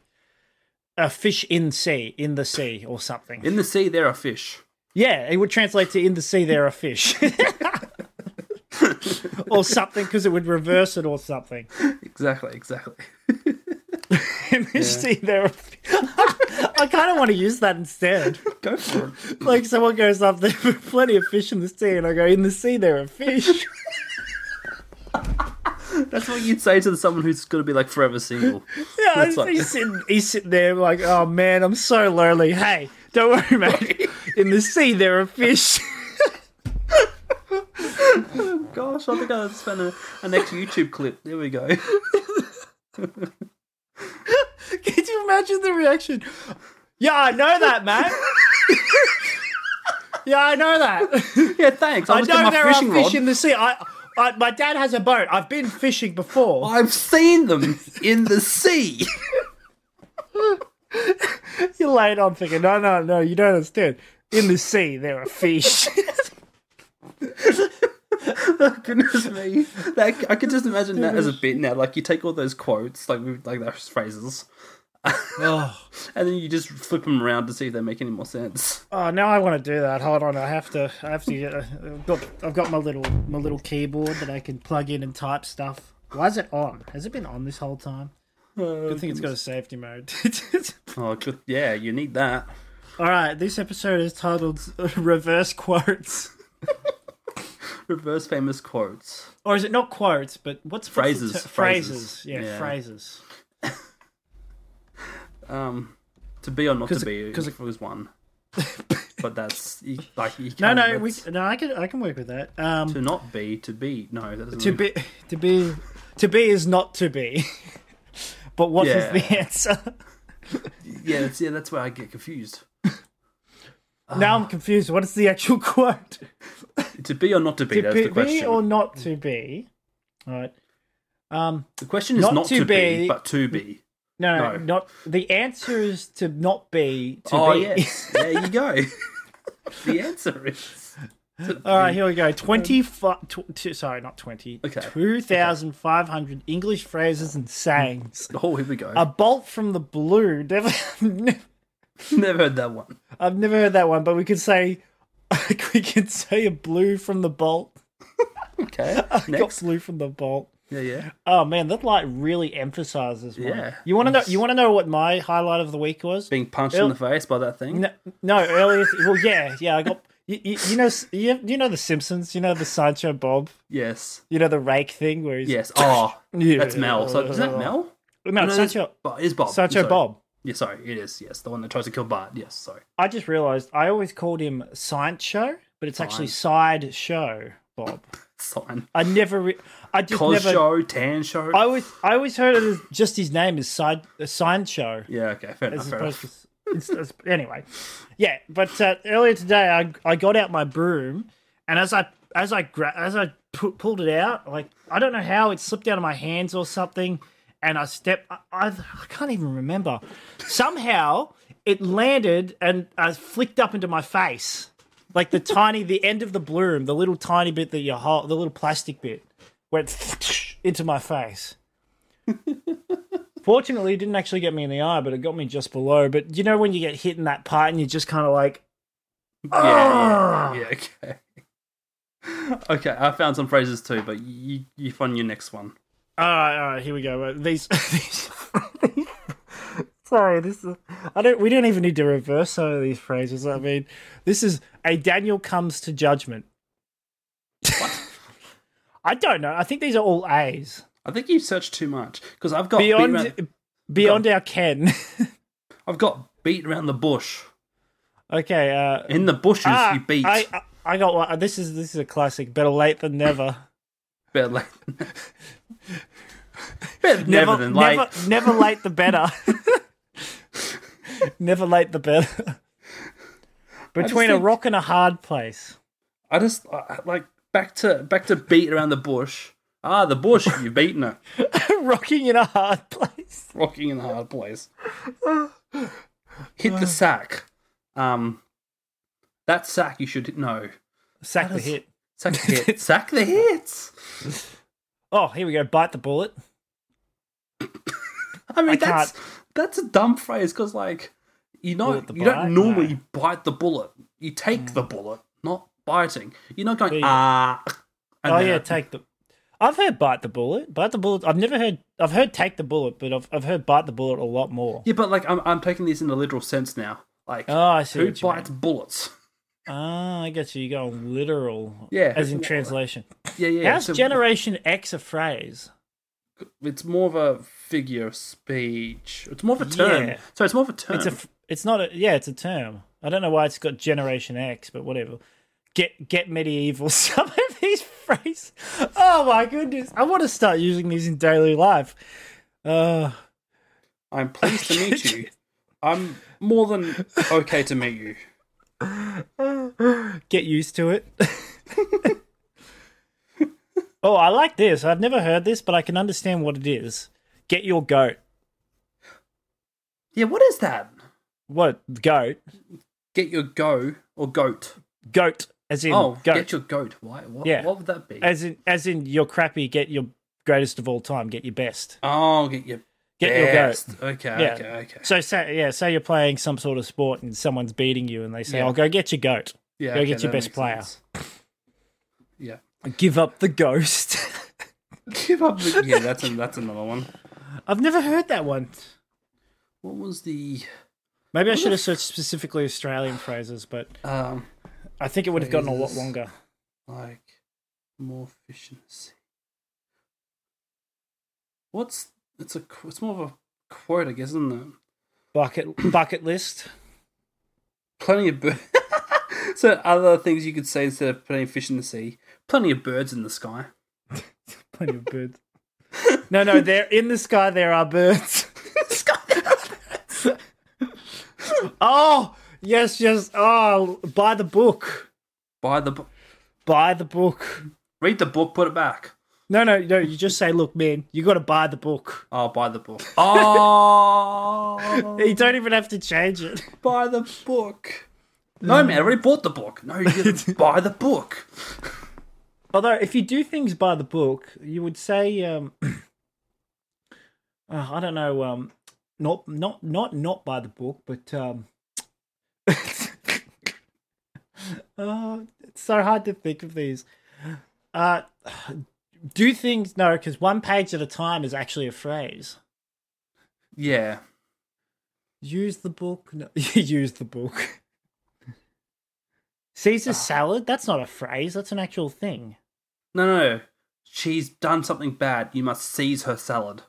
[SPEAKER 2] a fish in sea, in the sea, or something.
[SPEAKER 1] In the sea, there are fish.
[SPEAKER 2] yeah, it would translate to in the sea, there
[SPEAKER 1] *laughs*
[SPEAKER 2] are fish. or something, because it would reverse it or something. *laughs*
[SPEAKER 1] Exactly, exactly. *laughs*
[SPEAKER 2] In the sea, there are fish. *laughs* I kind of want to use that instead.
[SPEAKER 1] Go for it.
[SPEAKER 2] Like someone goes up, there *laughs* were plenty of fish in the sea, and I go, in the sea there
[SPEAKER 1] *laughs*
[SPEAKER 2] are fish.
[SPEAKER 1] That's what you'd say to someone who's going to be like forever single.
[SPEAKER 2] Yeah,
[SPEAKER 1] That's
[SPEAKER 2] he's,
[SPEAKER 1] like-
[SPEAKER 2] he's sitting, he's sitting there like, oh man, I'm so lonely. Hey, don't
[SPEAKER 1] *laughs*
[SPEAKER 2] worry, mate. In the sea there are fish.
[SPEAKER 1] Gosh, I think I just found a, a next YouTube clip. There we
[SPEAKER 2] *laughs*
[SPEAKER 1] go.
[SPEAKER 2] Could you imagine the reaction? Yeah, I know that, mate. *laughs* yeah, I
[SPEAKER 1] *laughs*
[SPEAKER 2] know that.
[SPEAKER 1] Yeah, thanks.
[SPEAKER 2] I
[SPEAKER 1] I'm just
[SPEAKER 2] know
[SPEAKER 1] getting
[SPEAKER 2] there
[SPEAKER 1] my
[SPEAKER 2] are
[SPEAKER 1] fishing
[SPEAKER 2] fish
[SPEAKER 1] rod.
[SPEAKER 2] in the sea. I, I, my dad has a boat. I've been fishing before.
[SPEAKER 1] I've seen them in the
[SPEAKER 2] *laughs*
[SPEAKER 1] sea.
[SPEAKER 2] You're laid on thinking, no, no, no, you don't understand. In the sea, there
[SPEAKER 1] *laughs*
[SPEAKER 2] are fish. Oh,
[SPEAKER 1] Goodness me, that, I could just imagine that as a bit now. Like you take all those quotes, like we- like those phrases, Oh. and then you just flip them around to see if they make any more sense.
[SPEAKER 2] oh, now I want to do that. Hold on, I have to. I have to. Get, I've got. I've got my little my little keyboard that I can plug in and type stuff. Why is it on? Has it been on this whole time?
[SPEAKER 1] Uh,
[SPEAKER 2] Good thing it's got a safety mode. *laughs*
[SPEAKER 1] Oh, good. Yeah, you need that.
[SPEAKER 2] All right, this episode is titled *laughs* uh, "Reverse Quotes,"
[SPEAKER 1] Reverse famous quotes.
[SPEAKER 2] or is it not quotes, but what's what's the
[SPEAKER 1] Phrases,
[SPEAKER 2] ter-
[SPEAKER 1] phrases.
[SPEAKER 2] phrases. Yeah,
[SPEAKER 1] Yeah.
[SPEAKER 2] phrases.
[SPEAKER 1] Um, to be or not to
[SPEAKER 2] it-
[SPEAKER 1] be
[SPEAKER 2] 'cause it-
[SPEAKER 1] was one. but that's you, like you
[SPEAKER 2] *laughs* No,
[SPEAKER 1] can't,
[SPEAKER 2] no, we,
[SPEAKER 1] that's-
[SPEAKER 2] no. I can I can work with that. Um,
[SPEAKER 1] to not be to be. No, that doesn't.
[SPEAKER 2] to
[SPEAKER 1] mean-
[SPEAKER 2] be to be to be is not to be *laughs* but what was the *laughs*
[SPEAKER 1] Yeah.
[SPEAKER 2] answer
[SPEAKER 1] Yeah, that's, yeah, that's where I get confused.
[SPEAKER 2] now i'm confused what is the actual *laughs* quote
[SPEAKER 1] To be or not to be.
[SPEAKER 2] to
[SPEAKER 1] that's
[SPEAKER 2] be,
[SPEAKER 1] the question.
[SPEAKER 2] or not to be all right um
[SPEAKER 1] the question is
[SPEAKER 2] not
[SPEAKER 1] not,
[SPEAKER 2] to
[SPEAKER 1] to, be,
[SPEAKER 2] be-
[SPEAKER 1] but to be.
[SPEAKER 2] no, no,
[SPEAKER 1] No.
[SPEAKER 2] not the answer is to not be to
[SPEAKER 1] oh
[SPEAKER 2] *laughs*
[SPEAKER 1] *laughs*
[SPEAKER 2] be
[SPEAKER 1] yes, there you go. the answer is
[SPEAKER 2] All right, here we go. 25, tw- two- sorry, not 20.
[SPEAKER 1] Um, Okay.
[SPEAKER 2] 2,500 English phrases and sayings.
[SPEAKER 1] Oh, here we go.
[SPEAKER 2] A bolt from the blue. *laughs* Never,
[SPEAKER 1] *laughs* Never heard that one.
[SPEAKER 2] I've never heard that one, but we could say, *laughs* we could say a blue from the bolt.
[SPEAKER 1] *laughs* Okay.
[SPEAKER 2] Got
[SPEAKER 1] Next.
[SPEAKER 2] blue from the bolt.
[SPEAKER 1] Yeah, yeah.
[SPEAKER 2] Oh man, that like really emphasizes. One.
[SPEAKER 1] Yeah.
[SPEAKER 2] You want to know? You want to know what my highlight of the week was?
[SPEAKER 1] Being punched in the face by that thing.
[SPEAKER 2] No, no earlier. well, yeah, yeah. I got. You, you, you know, you, you know the Simpsons. You know the Sancho Bob.
[SPEAKER 1] Yes.
[SPEAKER 2] You know the rake thing where he's
[SPEAKER 1] Yes. Oh,
[SPEAKER 2] Yeah.
[SPEAKER 1] that's Mel. So is that Mel?
[SPEAKER 2] No,
[SPEAKER 1] No, that's-
[SPEAKER 2] Sancho.
[SPEAKER 1] Bo- it is Bob. I'm
[SPEAKER 2] Sancho
[SPEAKER 1] sorry.
[SPEAKER 2] Bob.
[SPEAKER 1] Yeah, sorry, it is. Yes, the one that tries to kill Bart. Yes, sorry.
[SPEAKER 2] I just realized I always called him Sancho, but it's actually side show Bob.
[SPEAKER 1] Sign.
[SPEAKER 2] I never. Re- I just
[SPEAKER 1] Cos
[SPEAKER 2] never.
[SPEAKER 1] show, tan show.
[SPEAKER 2] I always. I always heard it as just his name is side uh, Sancho.
[SPEAKER 1] yeah, okay, fair enough.
[SPEAKER 2] as
[SPEAKER 1] Fair
[SPEAKER 2] opposed
[SPEAKER 1] enough.
[SPEAKER 2] to, it's, it's- anyway, yeah. But uh, earlier today, I I got out my broom, and as I as I gra- as I pu- pulled it out, like I don't know how it slipped out of my hands or something, and I stepped. I, I, I can't even remember. Somehow it landed and uh, flicked up into my face, like the tiny the end of the bloom, the little tiny bit that you hold, the little plastic bit, went *laughs* into my face. Fortunately, it didn't actually get me in the eye, but it got me just below. But you know when you get hit in that part and you're just kind of like,
[SPEAKER 1] Yeah, *laughs* yeah, yeah, okay. Okay, I found some phrases too, but you you find your next one.
[SPEAKER 2] all right, all right, here we go. Uh, These, *laughs* these, sorry, this is, I don't. We don't even need to reverse some of these phrases. I mean, this is a Daniel comes to judgment. *laughs* I don't know. I think these are all A's.
[SPEAKER 1] I think you searched too much because I've got beat
[SPEAKER 2] Beyond,
[SPEAKER 1] around-
[SPEAKER 2] beyond our ken. *laughs*
[SPEAKER 1] I've got beat around the bush.
[SPEAKER 2] okay. Uh,
[SPEAKER 1] In the bushes,
[SPEAKER 2] ah,
[SPEAKER 1] you beat.
[SPEAKER 2] I, I, I got one. This is this is a classic. Better late than never.
[SPEAKER 1] *laughs* better late. better never, than late.
[SPEAKER 2] Never, *laughs* never late the better. never late the better. Between a
[SPEAKER 1] think-
[SPEAKER 2] rock and a
[SPEAKER 1] *laughs*
[SPEAKER 2] hard place.
[SPEAKER 1] I just I, like back to back to beat around the bush. Ah, the
[SPEAKER 2] *laughs*
[SPEAKER 1] bush, you've beaten it.
[SPEAKER 2] Rocking in a hard place.
[SPEAKER 1] Rocking in a hard
[SPEAKER 2] *sighs*
[SPEAKER 1] place. Hit the sack. Um, that sack you should know.
[SPEAKER 2] Sack the
[SPEAKER 1] does-
[SPEAKER 2] hit. *laughs*
[SPEAKER 1] Sack the hit. sack the hits.
[SPEAKER 2] Oh, here we go. Bite the bullet.
[SPEAKER 1] I mean,
[SPEAKER 2] I
[SPEAKER 1] that's that's a dumb phrase because like you know
[SPEAKER 2] Bullet the
[SPEAKER 1] you
[SPEAKER 2] bite?
[SPEAKER 1] don't normally
[SPEAKER 2] No.
[SPEAKER 1] bite the bullet. You take the bullet, not biting. You're not
[SPEAKER 2] There
[SPEAKER 1] going
[SPEAKER 2] you go.
[SPEAKER 1] ah. and
[SPEAKER 2] oh
[SPEAKER 1] then
[SPEAKER 2] yeah,
[SPEAKER 1] a-
[SPEAKER 2] take the. I've heard bite the bullet. Bite the bullet. I've never heard. I've heard take the bullet, but I've I've heard bite the bullet a lot more.
[SPEAKER 1] yeah, but like I'm I'm taking this in the literal sense now. Like
[SPEAKER 2] Oh, I see.
[SPEAKER 1] who
[SPEAKER 2] What you mean.
[SPEAKER 1] bites bullets? *laughs*
[SPEAKER 2] Ah, I get you. You go literal.
[SPEAKER 1] Yeah.
[SPEAKER 2] As in
[SPEAKER 1] Wha-
[SPEAKER 2] translation.
[SPEAKER 1] Yeah, yeah.
[SPEAKER 2] How's
[SPEAKER 1] so
[SPEAKER 2] Generation X a phrase?
[SPEAKER 1] It's more of a figure of speech. It's more of a term.
[SPEAKER 2] Yeah.
[SPEAKER 1] So it's more of a term.
[SPEAKER 2] It's a. f- It's not a. Yeah, it's a term. I don't know why it's got Generation X, but whatever. Get get medieval. *laughs* Some of these phrases. Oh my goodness! I want to start using these in daily life. Uh,
[SPEAKER 1] I'm pleased to meet
[SPEAKER 2] *laughs*
[SPEAKER 1] you. I'm more than okay to meet you.
[SPEAKER 2] get used to it. *laughs* oh, I like this. I've never heard this, but I can understand what it is. Get your goat.
[SPEAKER 1] Yeah, what is that?
[SPEAKER 2] What goat?
[SPEAKER 1] Get your go or goat.
[SPEAKER 2] Goat, as in
[SPEAKER 1] Oh,
[SPEAKER 2] goat,
[SPEAKER 1] get your goat. Why? What,
[SPEAKER 2] Yeah.
[SPEAKER 1] what would that be?
[SPEAKER 2] as in as in your crappy. Get your greatest of all time. Get your best.
[SPEAKER 1] oh, get your
[SPEAKER 2] Get your goat.
[SPEAKER 1] your goat. Okay,
[SPEAKER 2] Yeah.
[SPEAKER 1] okay, okay.
[SPEAKER 2] So say yeah, say you're playing some sort of sport and someone's beating you, and they say,
[SPEAKER 1] Yeah.
[SPEAKER 2] "I'll go get your goat.
[SPEAKER 1] yeah,
[SPEAKER 2] go
[SPEAKER 1] okay,
[SPEAKER 2] get your
[SPEAKER 1] that
[SPEAKER 2] best
[SPEAKER 1] makes
[SPEAKER 2] player."
[SPEAKER 1] sense. Yeah, *laughs*
[SPEAKER 2] Give up the ghost."
[SPEAKER 1] give up. The, yeah, that's an that's another one.
[SPEAKER 2] *laughs* I've never heard that one.
[SPEAKER 1] What was the
[SPEAKER 2] Maybe I should have searched specifically Australian phrases, but
[SPEAKER 1] um
[SPEAKER 2] I think it would have gotten a lot
[SPEAKER 1] Phrases.
[SPEAKER 2] longer.
[SPEAKER 1] like more efficiency? What's it's a qu- it's more of a quote, I guess, isn't it?
[SPEAKER 2] Bucket bucket list.
[SPEAKER 1] Plenty of birds. *laughs* so other things you could say instead of plenty of fish in the sea. Plenty of birds in the sky.
[SPEAKER 2] *laughs*
[SPEAKER 1] *laughs*
[SPEAKER 2] Plenty of birds. *laughs* no, no, there in the sky there are birds. *laughs*
[SPEAKER 1] *laughs*
[SPEAKER 2] oh yes, yes. Oh, buy the book.
[SPEAKER 1] Buy the bu-
[SPEAKER 2] Buy the book.
[SPEAKER 1] read the book, put it back.
[SPEAKER 2] No, no, no. You just say, "Look, man, you got to buy the book."
[SPEAKER 1] Oh, buy the book. Oh, *laughs*
[SPEAKER 2] Oh. You don't even have to change it.
[SPEAKER 1] buy the book. No, man, I already bought the book. No, you didn't buy the book.
[SPEAKER 2] Although, if you do things by the book, you would say, um, *clears throat* uh, I don't know, um, not not not not by the book, but um, *laughs* uh, it's so hard to think of these. Uh, do things no, because one page at a time is actually a phrase.
[SPEAKER 1] Yeah.
[SPEAKER 2] Use the book. No, *laughs* use the book. Caesar salad. That's not a phrase. That's an actual thing.
[SPEAKER 1] No, no. She's done something bad. You must seize her salad.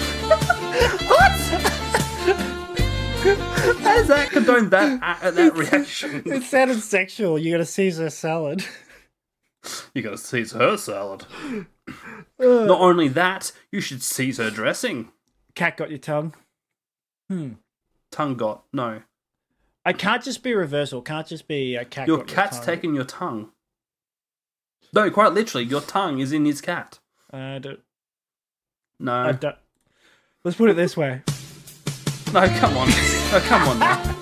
[SPEAKER 1] what? How does that condone that uh, that
[SPEAKER 2] *laughs*
[SPEAKER 1] reaction?
[SPEAKER 2] It sounded sexual. You got a Caesar salad.
[SPEAKER 1] You gotta seize her
[SPEAKER 2] *sighs*
[SPEAKER 1] salad.
[SPEAKER 2] Uh.
[SPEAKER 1] Not only that, you should seize her dressing.
[SPEAKER 2] Cat got your tongue.
[SPEAKER 1] Tongue got no.
[SPEAKER 2] I can't just be reversal. Can't just be a cat.
[SPEAKER 1] Your
[SPEAKER 2] got
[SPEAKER 1] cat's
[SPEAKER 2] your tongue.
[SPEAKER 1] taking your tongue. No, quite literally, your tongue is in his cat.
[SPEAKER 2] I don't,
[SPEAKER 1] No,
[SPEAKER 2] I don't. Let's put it this way. *laughs*
[SPEAKER 1] no, come on, no, come on. Now.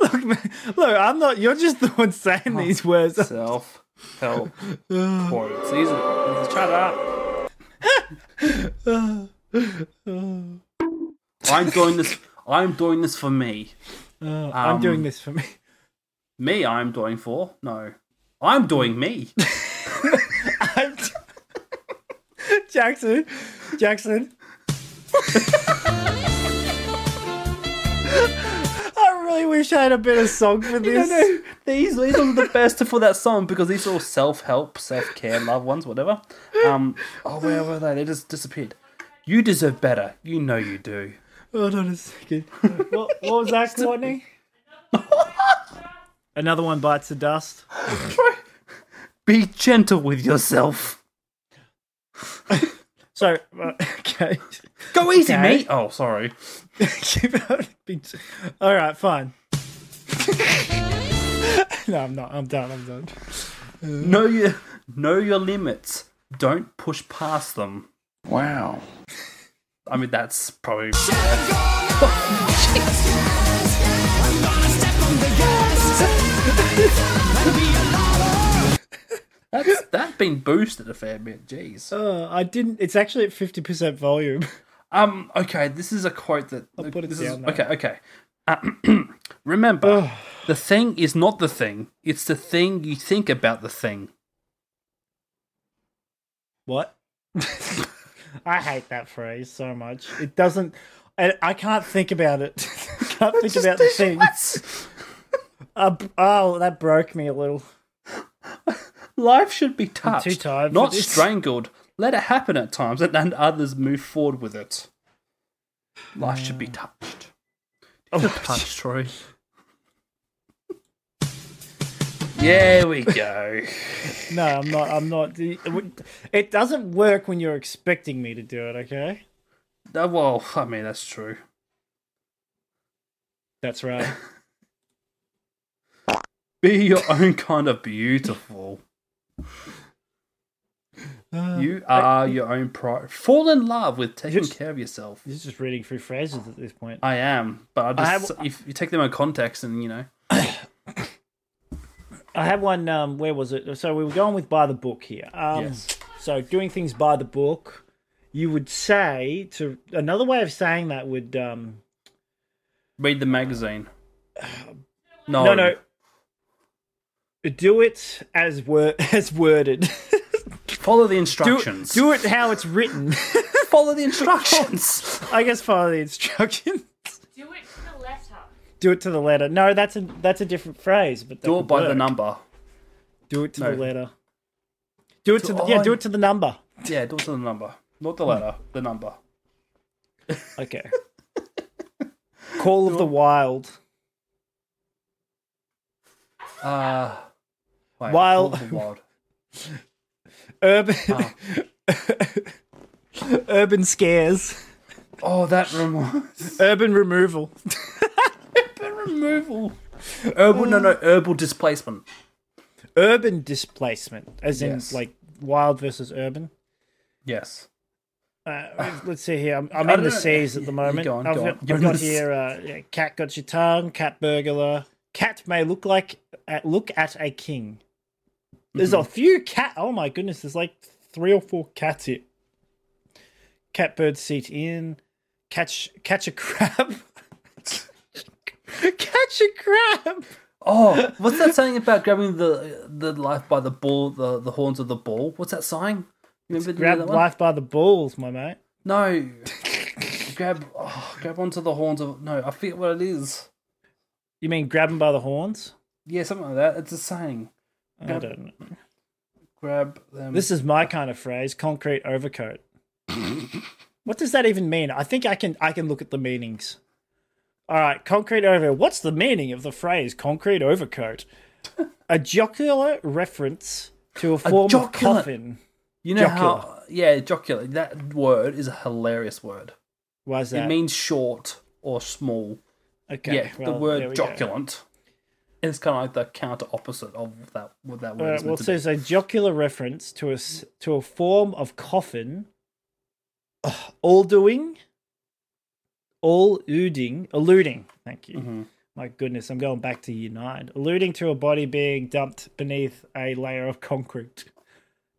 [SPEAKER 2] Look, man, look, I'm not. You're just the one saying
[SPEAKER 1] Oh.
[SPEAKER 2] these words.
[SPEAKER 1] Self
[SPEAKER 2] *sighs*
[SPEAKER 1] help quotes. These are- shut up. I'm doing this. I'm doing this for me.
[SPEAKER 2] Uh, I'm doing
[SPEAKER 1] Um,
[SPEAKER 2] this for me. *laughs*
[SPEAKER 1] Me, I'm doing for. No, I'm doing me.
[SPEAKER 2] I'm t- Jackson, Jackson. *laughs* I really wish I had a better
[SPEAKER 1] *laughs*
[SPEAKER 2] song for this.
[SPEAKER 1] These these are the best for that song because these are all self help, self care, loved ones, whatever. Um, oh, where were they? They just disappeared. You deserve better. You know you do.
[SPEAKER 2] Hold on a second. *laughs* what, what was that, Courtney? *laughs* Another one bites the dust.
[SPEAKER 1] Be gentle with yourself.
[SPEAKER 2] So, uh, *laughs* okay.
[SPEAKER 1] Go easy,
[SPEAKER 2] Okay.
[SPEAKER 1] mate. Oh, sorry.
[SPEAKER 2] Keep on being- All right, fine. *laughs* no, I'm not. I'm done. I'm done.
[SPEAKER 1] Know your know your limits. Don't push past them.
[SPEAKER 5] Wow.
[SPEAKER 1] I mean, that's probably that's that's been boosted a fair bit. Jeez.
[SPEAKER 2] Uh, I didn't. It's actually at fifty percent volume. *laughs*
[SPEAKER 1] Um. Okay. This is a quote that.
[SPEAKER 2] I'll put it
[SPEAKER 1] this
[SPEAKER 2] down
[SPEAKER 1] is,
[SPEAKER 2] now.
[SPEAKER 1] Okay. Okay. Uh, *clears throat* remember, the thing is not the thing. It's the thing you think about the thing.
[SPEAKER 2] What? *laughs* I hate that phrase so much. It doesn't. I, I can't think about it. *laughs* can't think about the thing.
[SPEAKER 1] What?
[SPEAKER 2] Uh, oh, that broke me a little.
[SPEAKER 1] Life should be touched,
[SPEAKER 2] too tired for
[SPEAKER 1] not
[SPEAKER 2] this.
[SPEAKER 1] strangled. Let it happen at times, and, and others move forward with it. Life should be touched.
[SPEAKER 2] *laughs*
[SPEAKER 1] Oh, touched, Troy. yeah, we go.
[SPEAKER 2] No, I'm not. I'm not. It doesn't work when you're expecting me to do it. Okay,
[SPEAKER 1] Uh, well, I mean that's true.
[SPEAKER 2] that's right.
[SPEAKER 1] Be your own kind of beautiful. you are your own pride. Fall in love with taking
[SPEAKER 2] Uh, Just-
[SPEAKER 1] care of yourself.
[SPEAKER 2] This is just reading through phrases at this point.
[SPEAKER 1] I am, but I
[SPEAKER 2] I
[SPEAKER 1] just if you take them in context, and you know,
[SPEAKER 2] I had one. Um, where was it? So we were going with by the book here. Um,
[SPEAKER 1] Yes.
[SPEAKER 2] So doing things by the book, you would say to another way of saying that would um,
[SPEAKER 1] read the magazine. *sighs* No,
[SPEAKER 2] no no. Do it as word *laughs* as worded.
[SPEAKER 1] Follow the
[SPEAKER 2] do,
[SPEAKER 1] instructions.
[SPEAKER 2] do it how it's written. *laughs*
[SPEAKER 1] follow the instructions.
[SPEAKER 2] I guess follow the instructions.
[SPEAKER 3] Do it to the letter.
[SPEAKER 2] Do it to the letter. No, that's a that's a different phrase. But that
[SPEAKER 1] *laughs* do it
[SPEAKER 2] would
[SPEAKER 1] by the
[SPEAKER 2] work.
[SPEAKER 1] number.
[SPEAKER 2] Do it to
[SPEAKER 1] No.
[SPEAKER 2] the letter. Do it to, the,
[SPEAKER 1] oh,
[SPEAKER 2] yeah. Do
[SPEAKER 1] I-
[SPEAKER 2] it to the number.
[SPEAKER 1] Yeah, do it to the number, not the letter. The number.
[SPEAKER 2] Okay.
[SPEAKER 1] *laughs*
[SPEAKER 2] Call of the Wild.
[SPEAKER 1] Uh, wait,
[SPEAKER 2] While-
[SPEAKER 1] Call of the wild.
[SPEAKER 2] Urban *laughs* Urban scares.
[SPEAKER 1] Oh, that reminds.
[SPEAKER 2] Urban removal.
[SPEAKER 1] removal. Herbal, Oh, no, no, herbal displacement.
[SPEAKER 2] Urban displacement. As in
[SPEAKER 1] Yes.
[SPEAKER 2] like wild versus urban.
[SPEAKER 1] Yes.
[SPEAKER 2] Uh, let's see here. I'm, I'm
[SPEAKER 1] I
[SPEAKER 2] in the
[SPEAKER 1] don't-
[SPEAKER 2] seas at the moment.
[SPEAKER 1] go on,
[SPEAKER 2] I've
[SPEAKER 1] go on.
[SPEAKER 2] got,
[SPEAKER 1] You're
[SPEAKER 2] I've
[SPEAKER 1] in
[SPEAKER 2] got
[SPEAKER 1] the s-
[SPEAKER 2] here. Uh, yeah, cat got your tongue. Cat burglar. Cat may look like uh, look at a king. There's
[SPEAKER 1] Mm-hmm.
[SPEAKER 2] a few cat. Oh my goodness! There's like three or four cats here. Cat bird seat in. Catch catch a crab. *laughs* catch a crab.
[SPEAKER 1] Oh, what's that saying about grabbing the the life by the ball, the, the horns of the ball? What's that saying? You remember, you know
[SPEAKER 2] Grab
[SPEAKER 1] that one?
[SPEAKER 2] life by the balls, my mate.
[SPEAKER 1] No, grab oh, grab onto the horns of no. I forget what it is.
[SPEAKER 2] You mean grab them by the horns?
[SPEAKER 1] Yeah, something like that. It's a saying.
[SPEAKER 2] I don't know.
[SPEAKER 1] Grab them.
[SPEAKER 2] This is my kind of phrase, concrete overcoat. what does that even mean? I think I can I can look at the meanings. All right, concrete overcoat. What's the meaning of the phrase concrete overcoat? A jocular reference to a form of
[SPEAKER 1] jocular-
[SPEAKER 2] coffin.
[SPEAKER 1] you know how
[SPEAKER 2] jocular.
[SPEAKER 1] yeah, jocular. That word is a hilarious word.
[SPEAKER 2] Why is that?
[SPEAKER 1] It means short or small.
[SPEAKER 2] okay,
[SPEAKER 1] yeah, the
[SPEAKER 2] well, there
[SPEAKER 1] word
[SPEAKER 2] we go.
[SPEAKER 1] joculant. It's kind of like the counter opposite of that. What that
[SPEAKER 2] All
[SPEAKER 1] word
[SPEAKER 2] right,
[SPEAKER 1] is
[SPEAKER 2] Uh, well,
[SPEAKER 1] meant to
[SPEAKER 2] it says a jocular reference to a s- to a form of coffin, all doing, all ooding, alluding. Thank you.
[SPEAKER 1] Mm-hmm.
[SPEAKER 2] My goodness, I'm going back to year nine. Alluding to a body being dumped beneath a layer of concrete.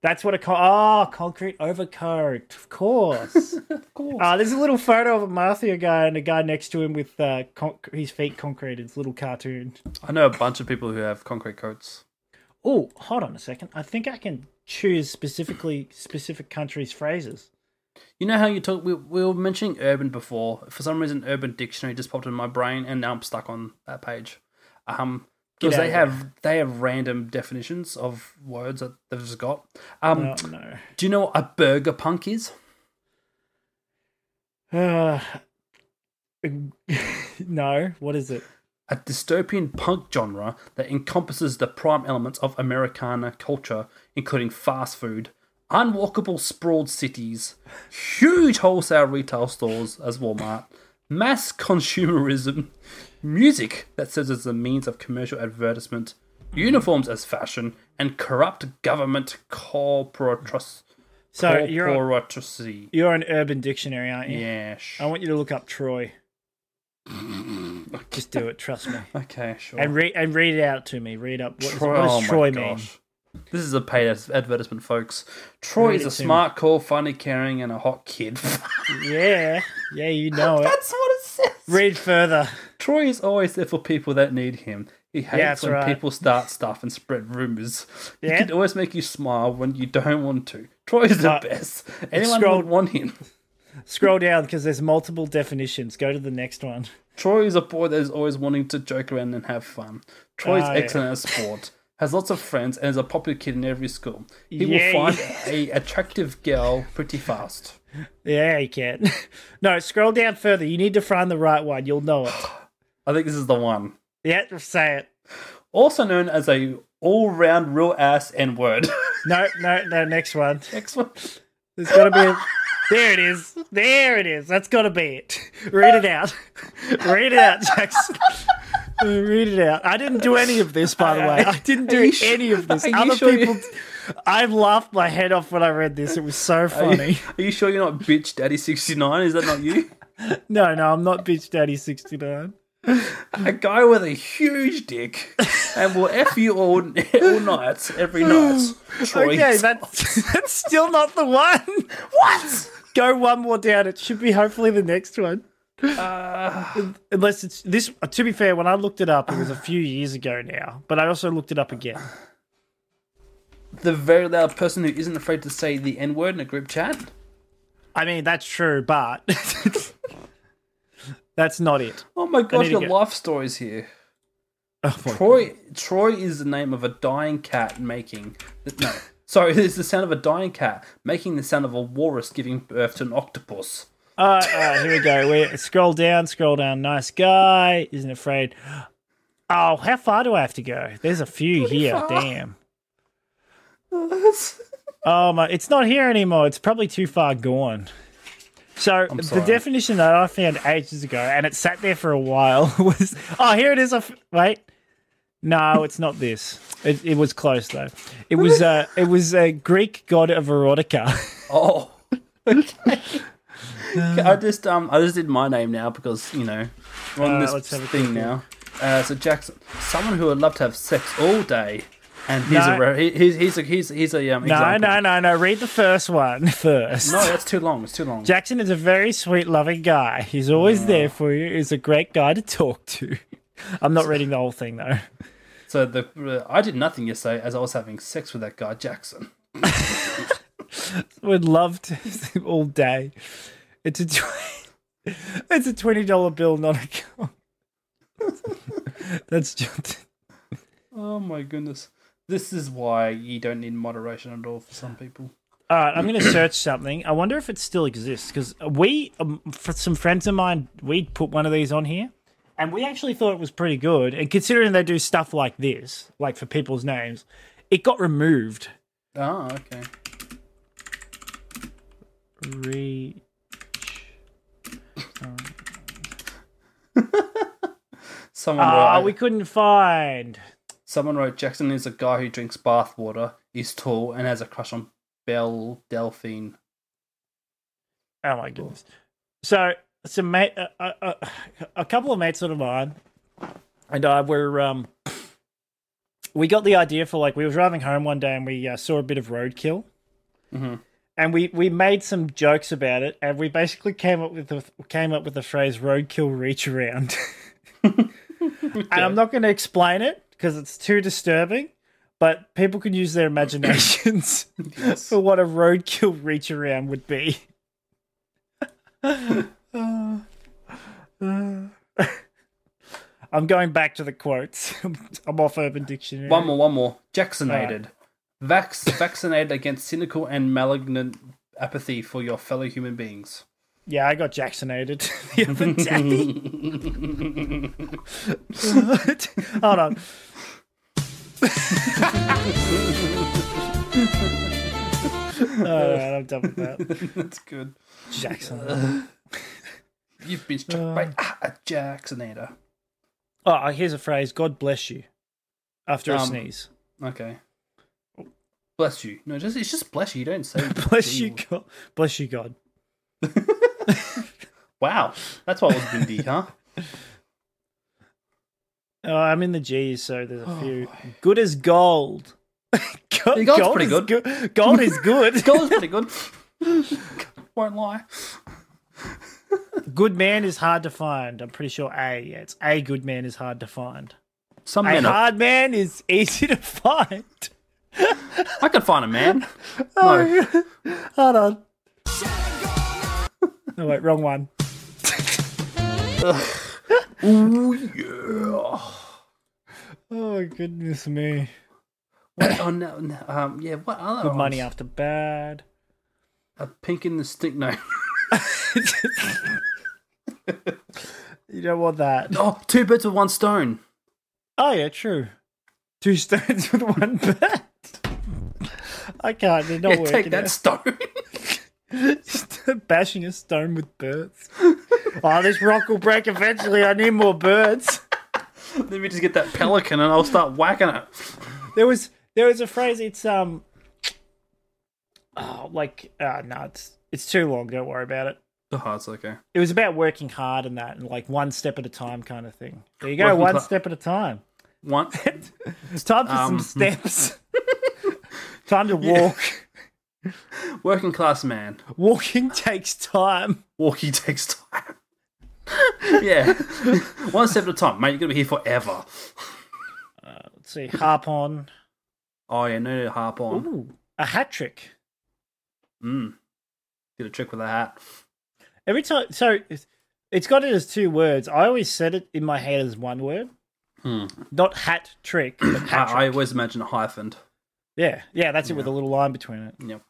[SPEAKER 2] That's what a con- ah concrete overcoat,
[SPEAKER 1] *laughs*
[SPEAKER 2] of course.
[SPEAKER 1] be. Of course.
[SPEAKER 2] Ah, there's a little photo of a mafia guy and a guy next to him with uh, con- his feet concreted. It's a little cartoon.
[SPEAKER 1] I know a bunch of people who have concrete coats.
[SPEAKER 2] Oh, hold on a second. I think I can choose specifically specific countries' phrases.
[SPEAKER 1] You know how you talk? We, we were mentioning urban before. For some reason, Urban Dictionary just popped in my brain, and now I'm stuck on that page. Um, because
[SPEAKER 2] Get
[SPEAKER 1] they
[SPEAKER 2] out
[SPEAKER 1] have they have random definitions of words that they've just got. Um,
[SPEAKER 2] Oh no.
[SPEAKER 1] do you know what a burger punk is?
[SPEAKER 2] Uh, *laughs* no. What is it?
[SPEAKER 1] A dystopian punk genre that encompasses the prime elements of Americana culture, including fast food, unwalkable sprawled cities, huge wholesale retail stores as Walmart, mass consumerism, music that serves as a means of commercial advertisement, uniforms as fashion, and corrupt government corporatus-
[SPEAKER 2] So you're a-
[SPEAKER 1] corporatocracy.
[SPEAKER 2] you're an Urban Dictionary, aren't you?
[SPEAKER 1] Yeah, sh-
[SPEAKER 2] I want you to look
[SPEAKER 1] *laughs*
[SPEAKER 2] up Troy. Just do it. Trust me.
[SPEAKER 1] okay, sure.
[SPEAKER 2] And read and read it out to me. Read up what, is-
[SPEAKER 1] Troy,
[SPEAKER 2] what
[SPEAKER 1] oh
[SPEAKER 2] does
[SPEAKER 1] my
[SPEAKER 2] Troy mean?
[SPEAKER 1] gosh. This is a paid ad- advertisement, folks. Troy
[SPEAKER 2] Read
[SPEAKER 1] is
[SPEAKER 2] it
[SPEAKER 1] a
[SPEAKER 2] to
[SPEAKER 1] smart, cool, funny, caring, and a hot kid. *laughs*
[SPEAKER 2] Yeah, yeah, you know it.
[SPEAKER 1] That's what it says.
[SPEAKER 2] Read further.
[SPEAKER 1] Troy is always there for people that need him. He hates
[SPEAKER 2] that's
[SPEAKER 1] when
[SPEAKER 2] right.
[SPEAKER 1] people start stuff and spread rumors.
[SPEAKER 2] Yeah.
[SPEAKER 1] He can always make you smile when you don't want to. Troy is the
[SPEAKER 2] Uh,
[SPEAKER 1] best. Anyone would
[SPEAKER 2] scrolled-
[SPEAKER 1] want him.
[SPEAKER 2] Scroll down because there's multiple definitions. Go to the next one.
[SPEAKER 1] Troy is a boy that is always wanting to joke around and have fun. Troy is
[SPEAKER 2] Ah, yeah.
[SPEAKER 1] excellent at sport, has lots of friends, and is a popular kid in every school. He
[SPEAKER 2] Yay.
[SPEAKER 1] will find a attractive girl pretty fast.
[SPEAKER 2] Yeah, you can. *laughs* no, scroll down further. You need to find the right one. You'll know
[SPEAKER 1] *gasps*
[SPEAKER 2] it.
[SPEAKER 1] I think this is the one.
[SPEAKER 2] Yeah, say it.
[SPEAKER 1] Also known as a all-round real ass N word. *laughs*
[SPEAKER 2] No, no, no. Next one.
[SPEAKER 1] Next one.
[SPEAKER 2] There's got to be.
[SPEAKER 1] *laughs*
[SPEAKER 2] A... There it is. There it is. That's got to be it. *laughs* Read it out. Read it
[SPEAKER 1] *laughs*
[SPEAKER 2] out, Jackson. Uh, Read it out. I didn't do any of this, by the way. I didn't
[SPEAKER 1] Are
[SPEAKER 2] do
[SPEAKER 1] you su-
[SPEAKER 2] any of this.
[SPEAKER 1] are you
[SPEAKER 2] Other
[SPEAKER 1] sure you-
[SPEAKER 2] people. *laughs* I laughed my head off when I read this. It was so
[SPEAKER 1] Are you,
[SPEAKER 2] funny. *laughs*
[SPEAKER 1] are you sure you're not bitch daddy 69? Is that not you?
[SPEAKER 2] No, no, I'm not bitch daddy 69.
[SPEAKER 1] a guy with a huge dick and will F you all, *laughs* all nights, every
[SPEAKER 2] *gasps*
[SPEAKER 1] night. Troy.
[SPEAKER 2] Okay, that's, *laughs* that's still not the one.
[SPEAKER 1] *laughs* What?
[SPEAKER 2] Go one more down. It should be hopefully the next one. Unless it's this. uh, To be fair, when I looked it up, it was a few years ago now. But I also looked it up again.
[SPEAKER 1] The very loud person who isn't afraid to say the N word in a group chat.
[SPEAKER 2] I mean, that's true, but *laughs* that's not it.
[SPEAKER 1] Oh my gosh,
[SPEAKER 2] to
[SPEAKER 1] your
[SPEAKER 2] get-
[SPEAKER 1] life stories here.
[SPEAKER 2] *laughs* Oh my
[SPEAKER 1] Troy Troy is the name of a dying cat making no. *laughs* Sorry, it's the sound of a dying cat making the sound of a walrus giving birth to an octopus.
[SPEAKER 2] All right, all right, here we go. We scroll down, scroll down. Nice guy, isn't afraid. Oh, how far do I have to go? There's a few here.
[SPEAKER 1] far.
[SPEAKER 2] Damn. Oh my, it's not here anymore. It's probably too far gone. So the
[SPEAKER 1] sorry.
[SPEAKER 2] definition that I found ages ago, and it sat there for a while, *laughs* was oh here it is. I f- wait, no, it's not this. It, it was close though. It was uh, it was a Greek god of erotica.
[SPEAKER 1] Oh, *laughs*
[SPEAKER 2] *laughs*
[SPEAKER 1] I just um I just did my name now because you know we're on
[SPEAKER 2] Uh,
[SPEAKER 1] this
[SPEAKER 2] let's have a
[SPEAKER 1] thing
[SPEAKER 2] quick
[SPEAKER 1] now. Uh, so Jackson, someone who would love to have sex all day, and he's a
[SPEAKER 2] No.
[SPEAKER 1] re- he- he's he's a he's, he's a um
[SPEAKER 2] *laughs* No,
[SPEAKER 1] example.
[SPEAKER 2] no, no, no. Read the first one *laughs* first.
[SPEAKER 1] no that's too long it's too long.
[SPEAKER 2] Jackson is a very sweet, loving guy. He's always there for you. He's a great guy to talk to. *laughs* I'm not reading the whole thing though.
[SPEAKER 1] so the uh, I did nothing yesterday as I was having sex with that guy Jackson.
[SPEAKER 2] Would love to *laughs* all day. It's a tw- *laughs* it's a twenty dollar bill, not a cow. *laughs* That's just
[SPEAKER 1] Oh my goodness, this is why you don't need moderation at all for some people.
[SPEAKER 2] All right, I'm going to search something. I wonder if it still exists because we, um, for some friends of mine, we put one of these on here, and we actually thought it was pretty good. And considering they do stuff like this, like for people's names, it got removed.
[SPEAKER 1] Oh okay.
[SPEAKER 2] Re-
[SPEAKER 1] Someone
[SPEAKER 2] Ah,
[SPEAKER 1] wrote,
[SPEAKER 2] we couldn't find.
[SPEAKER 1] someone wrote Jackson is a guy who drinks bath water, is tall, and has a crush on Belle Delphine.
[SPEAKER 2] Oh my goodness! So, some mate, uh, uh, uh, a couple of mates of mine and I were um, we got the idea for like we were driving home one day and we uh, saw a bit of roadkill,
[SPEAKER 1] Mhm.
[SPEAKER 2] and we we made some jokes about it, and we basically came up with the, came up with the phrase "roadkill
[SPEAKER 1] *laughs*
[SPEAKER 2] reach around," and I'm not going to explain it because it's too disturbing. But people can use their imaginations
[SPEAKER 1] *coughs* Yes.
[SPEAKER 2] for what a roadkill reach around
[SPEAKER 1] *laughs*
[SPEAKER 2] would be. *laughs* I'm going back to the quotes. *laughs* I'm off Urban Dictionary.
[SPEAKER 1] One more, one more. Jacksonated. Vax, vaccinated against cynical and malignant apathy for your fellow human beings.
[SPEAKER 2] Yeah, I got Jacksonated *laughs* the other
[SPEAKER 1] *laughs*
[SPEAKER 2] day. *laughs* Hold on. Alright, I'm done with that.
[SPEAKER 1] *laughs* That's good.
[SPEAKER 2] Jackson.
[SPEAKER 1] You've been struck by ah, a Jacksonator.
[SPEAKER 2] Oh, here's a phrase God bless you after a
[SPEAKER 1] Um,
[SPEAKER 2] sneeze. *laughs*
[SPEAKER 1] Okay. Bless you. No, just it's just bless you. You don't say
[SPEAKER 2] *laughs* Bless
[SPEAKER 1] gee.
[SPEAKER 2] you, God. Bless you, God.
[SPEAKER 1] Wow, that's why it was windy,
[SPEAKER 2] *laughs*
[SPEAKER 1] huh?
[SPEAKER 2] Oh, I'm in the G's, so there's a few. Good as gold. *laughs* gold
[SPEAKER 1] Oh, Gold's pretty
[SPEAKER 2] is
[SPEAKER 1] good.
[SPEAKER 2] go- Gold is
[SPEAKER 1] *laughs*
[SPEAKER 2] good.
[SPEAKER 1] Gold was pretty good. Won't lie.
[SPEAKER 2] good man is hard to find. I'm pretty sure A. Yeah, it's A. Good man is hard to find.
[SPEAKER 1] Some
[SPEAKER 2] A
[SPEAKER 1] men. Are,
[SPEAKER 2] hard man is easy to find.
[SPEAKER 1] I could find a
[SPEAKER 2] *laughs*
[SPEAKER 1] man.
[SPEAKER 2] Oh,
[SPEAKER 1] No, *laughs*
[SPEAKER 2] Hold on. No, wait, wrong one. Oh goodness me!
[SPEAKER 1] Wait, oh no, no, um, yeah. What other
[SPEAKER 2] Good money
[SPEAKER 1] ones?
[SPEAKER 2] after bad.
[SPEAKER 1] A pink in the stick. No. *laughs*
[SPEAKER 2] You don't want that.
[SPEAKER 1] Oh, two birds with one stone.
[SPEAKER 2] Oh yeah, true. Two stones *laughs* with one bat. I can't. They're not
[SPEAKER 1] Yeah,
[SPEAKER 2] working.
[SPEAKER 1] take that stone. *laughs*
[SPEAKER 2] Just *laughs* bashing a stone with birds. *laughs* oh, this rock will break eventually. I need more birds. *laughs*
[SPEAKER 1] Let me just get that pelican and I'll start whacking it.
[SPEAKER 2] There was there was a phrase. It's um, oh, like uh, no, it's it's too long. Don't worry about it.
[SPEAKER 1] Oh, it's okay.
[SPEAKER 2] It was about working hard and that, and like one step at a time kind of thing. There you go,
[SPEAKER 1] Working
[SPEAKER 2] one
[SPEAKER 1] cla-
[SPEAKER 2] step at a time. *laughs*
[SPEAKER 1] One.
[SPEAKER 2] It's time for
[SPEAKER 1] Um.
[SPEAKER 2] some steps. *laughs* time to walk.
[SPEAKER 1] Working class man.
[SPEAKER 2] Walking takes time.
[SPEAKER 1] Walkie *laughs* takes time. yeah. *laughs* One step at a time, mate. You're going to be here forever.
[SPEAKER 2] Let's see, harp on.
[SPEAKER 1] Oh, yeah. No, no harp on.
[SPEAKER 2] Ooh, a hat trick.
[SPEAKER 1] Mm. Did a trick with a hat.
[SPEAKER 2] Every time, so it's- it's got it as two words. I always said it in my head as one word,
[SPEAKER 1] Hmm.
[SPEAKER 2] not hat
[SPEAKER 1] *clears throat*
[SPEAKER 2] trick, but hat
[SPEAKER 1] I, I
[SPEAKER 2] trick.
[SPEAKER 1] always imagine a hyphen.
[SPEAKER 2] yeah, yeah, that's it with a
[SPEAKER 1] Yeah.
[SPEAKER 2] little line between it.
[SPEAKER 1] Yep.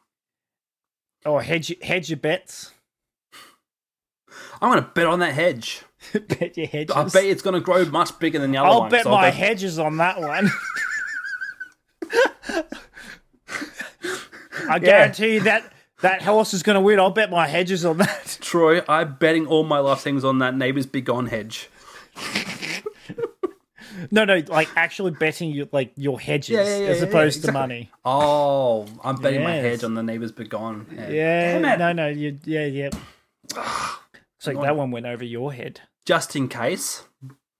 [SPEAKER 2] Or hedge, your- hedge your bets. *laughs*
[SPEAKER 1] I'm going to bet on that hedge.
[SPEAKER 2] bet your hedges.
[SPEAKER 1] I bet it's going to grow much bigger than the other
[SPEAKER 2] I'll
[SPEAKER 1] one.
[SPEAKER 2] bet
[SPEAKER 1] so
[SPEAKER 2] my
[SPEAKER 1] go-
[SPEAKER 2] hedges on that one.
[SPEAKER 1] *laughs*
[SPEAKER 2] I guarantee you that that horse is going to win. I'll bet my hedges on that. *laughs*
[SPEAKER 1] Troy, I'm betting all my life things on that neighbor's big on hedge.
[SPEAKER 2] No, no, like actually betting you like your hedges
[SPEAKER 1] Yeah, yeah, yeah,
[SPEAKER 2] as
[SPEAKER 1] yeah,
[SPEAKER 2] opposed
[SPEAKER 1] exactly.
[SPEAKER 2] to money.
[SPEAKER 1] Oh, I'm betting my
[SPEAKER 2] Yes.
[SPEAKER 1] hedge on the neighbours begone. Yeah.
[SPEAKER 2] Yeah,
[SPEAKER 1] Damn it.
[SPEAKER 2] no, no, you, yeah, yeah. So that one went over your head,
[SPEAKER 1] Just in case.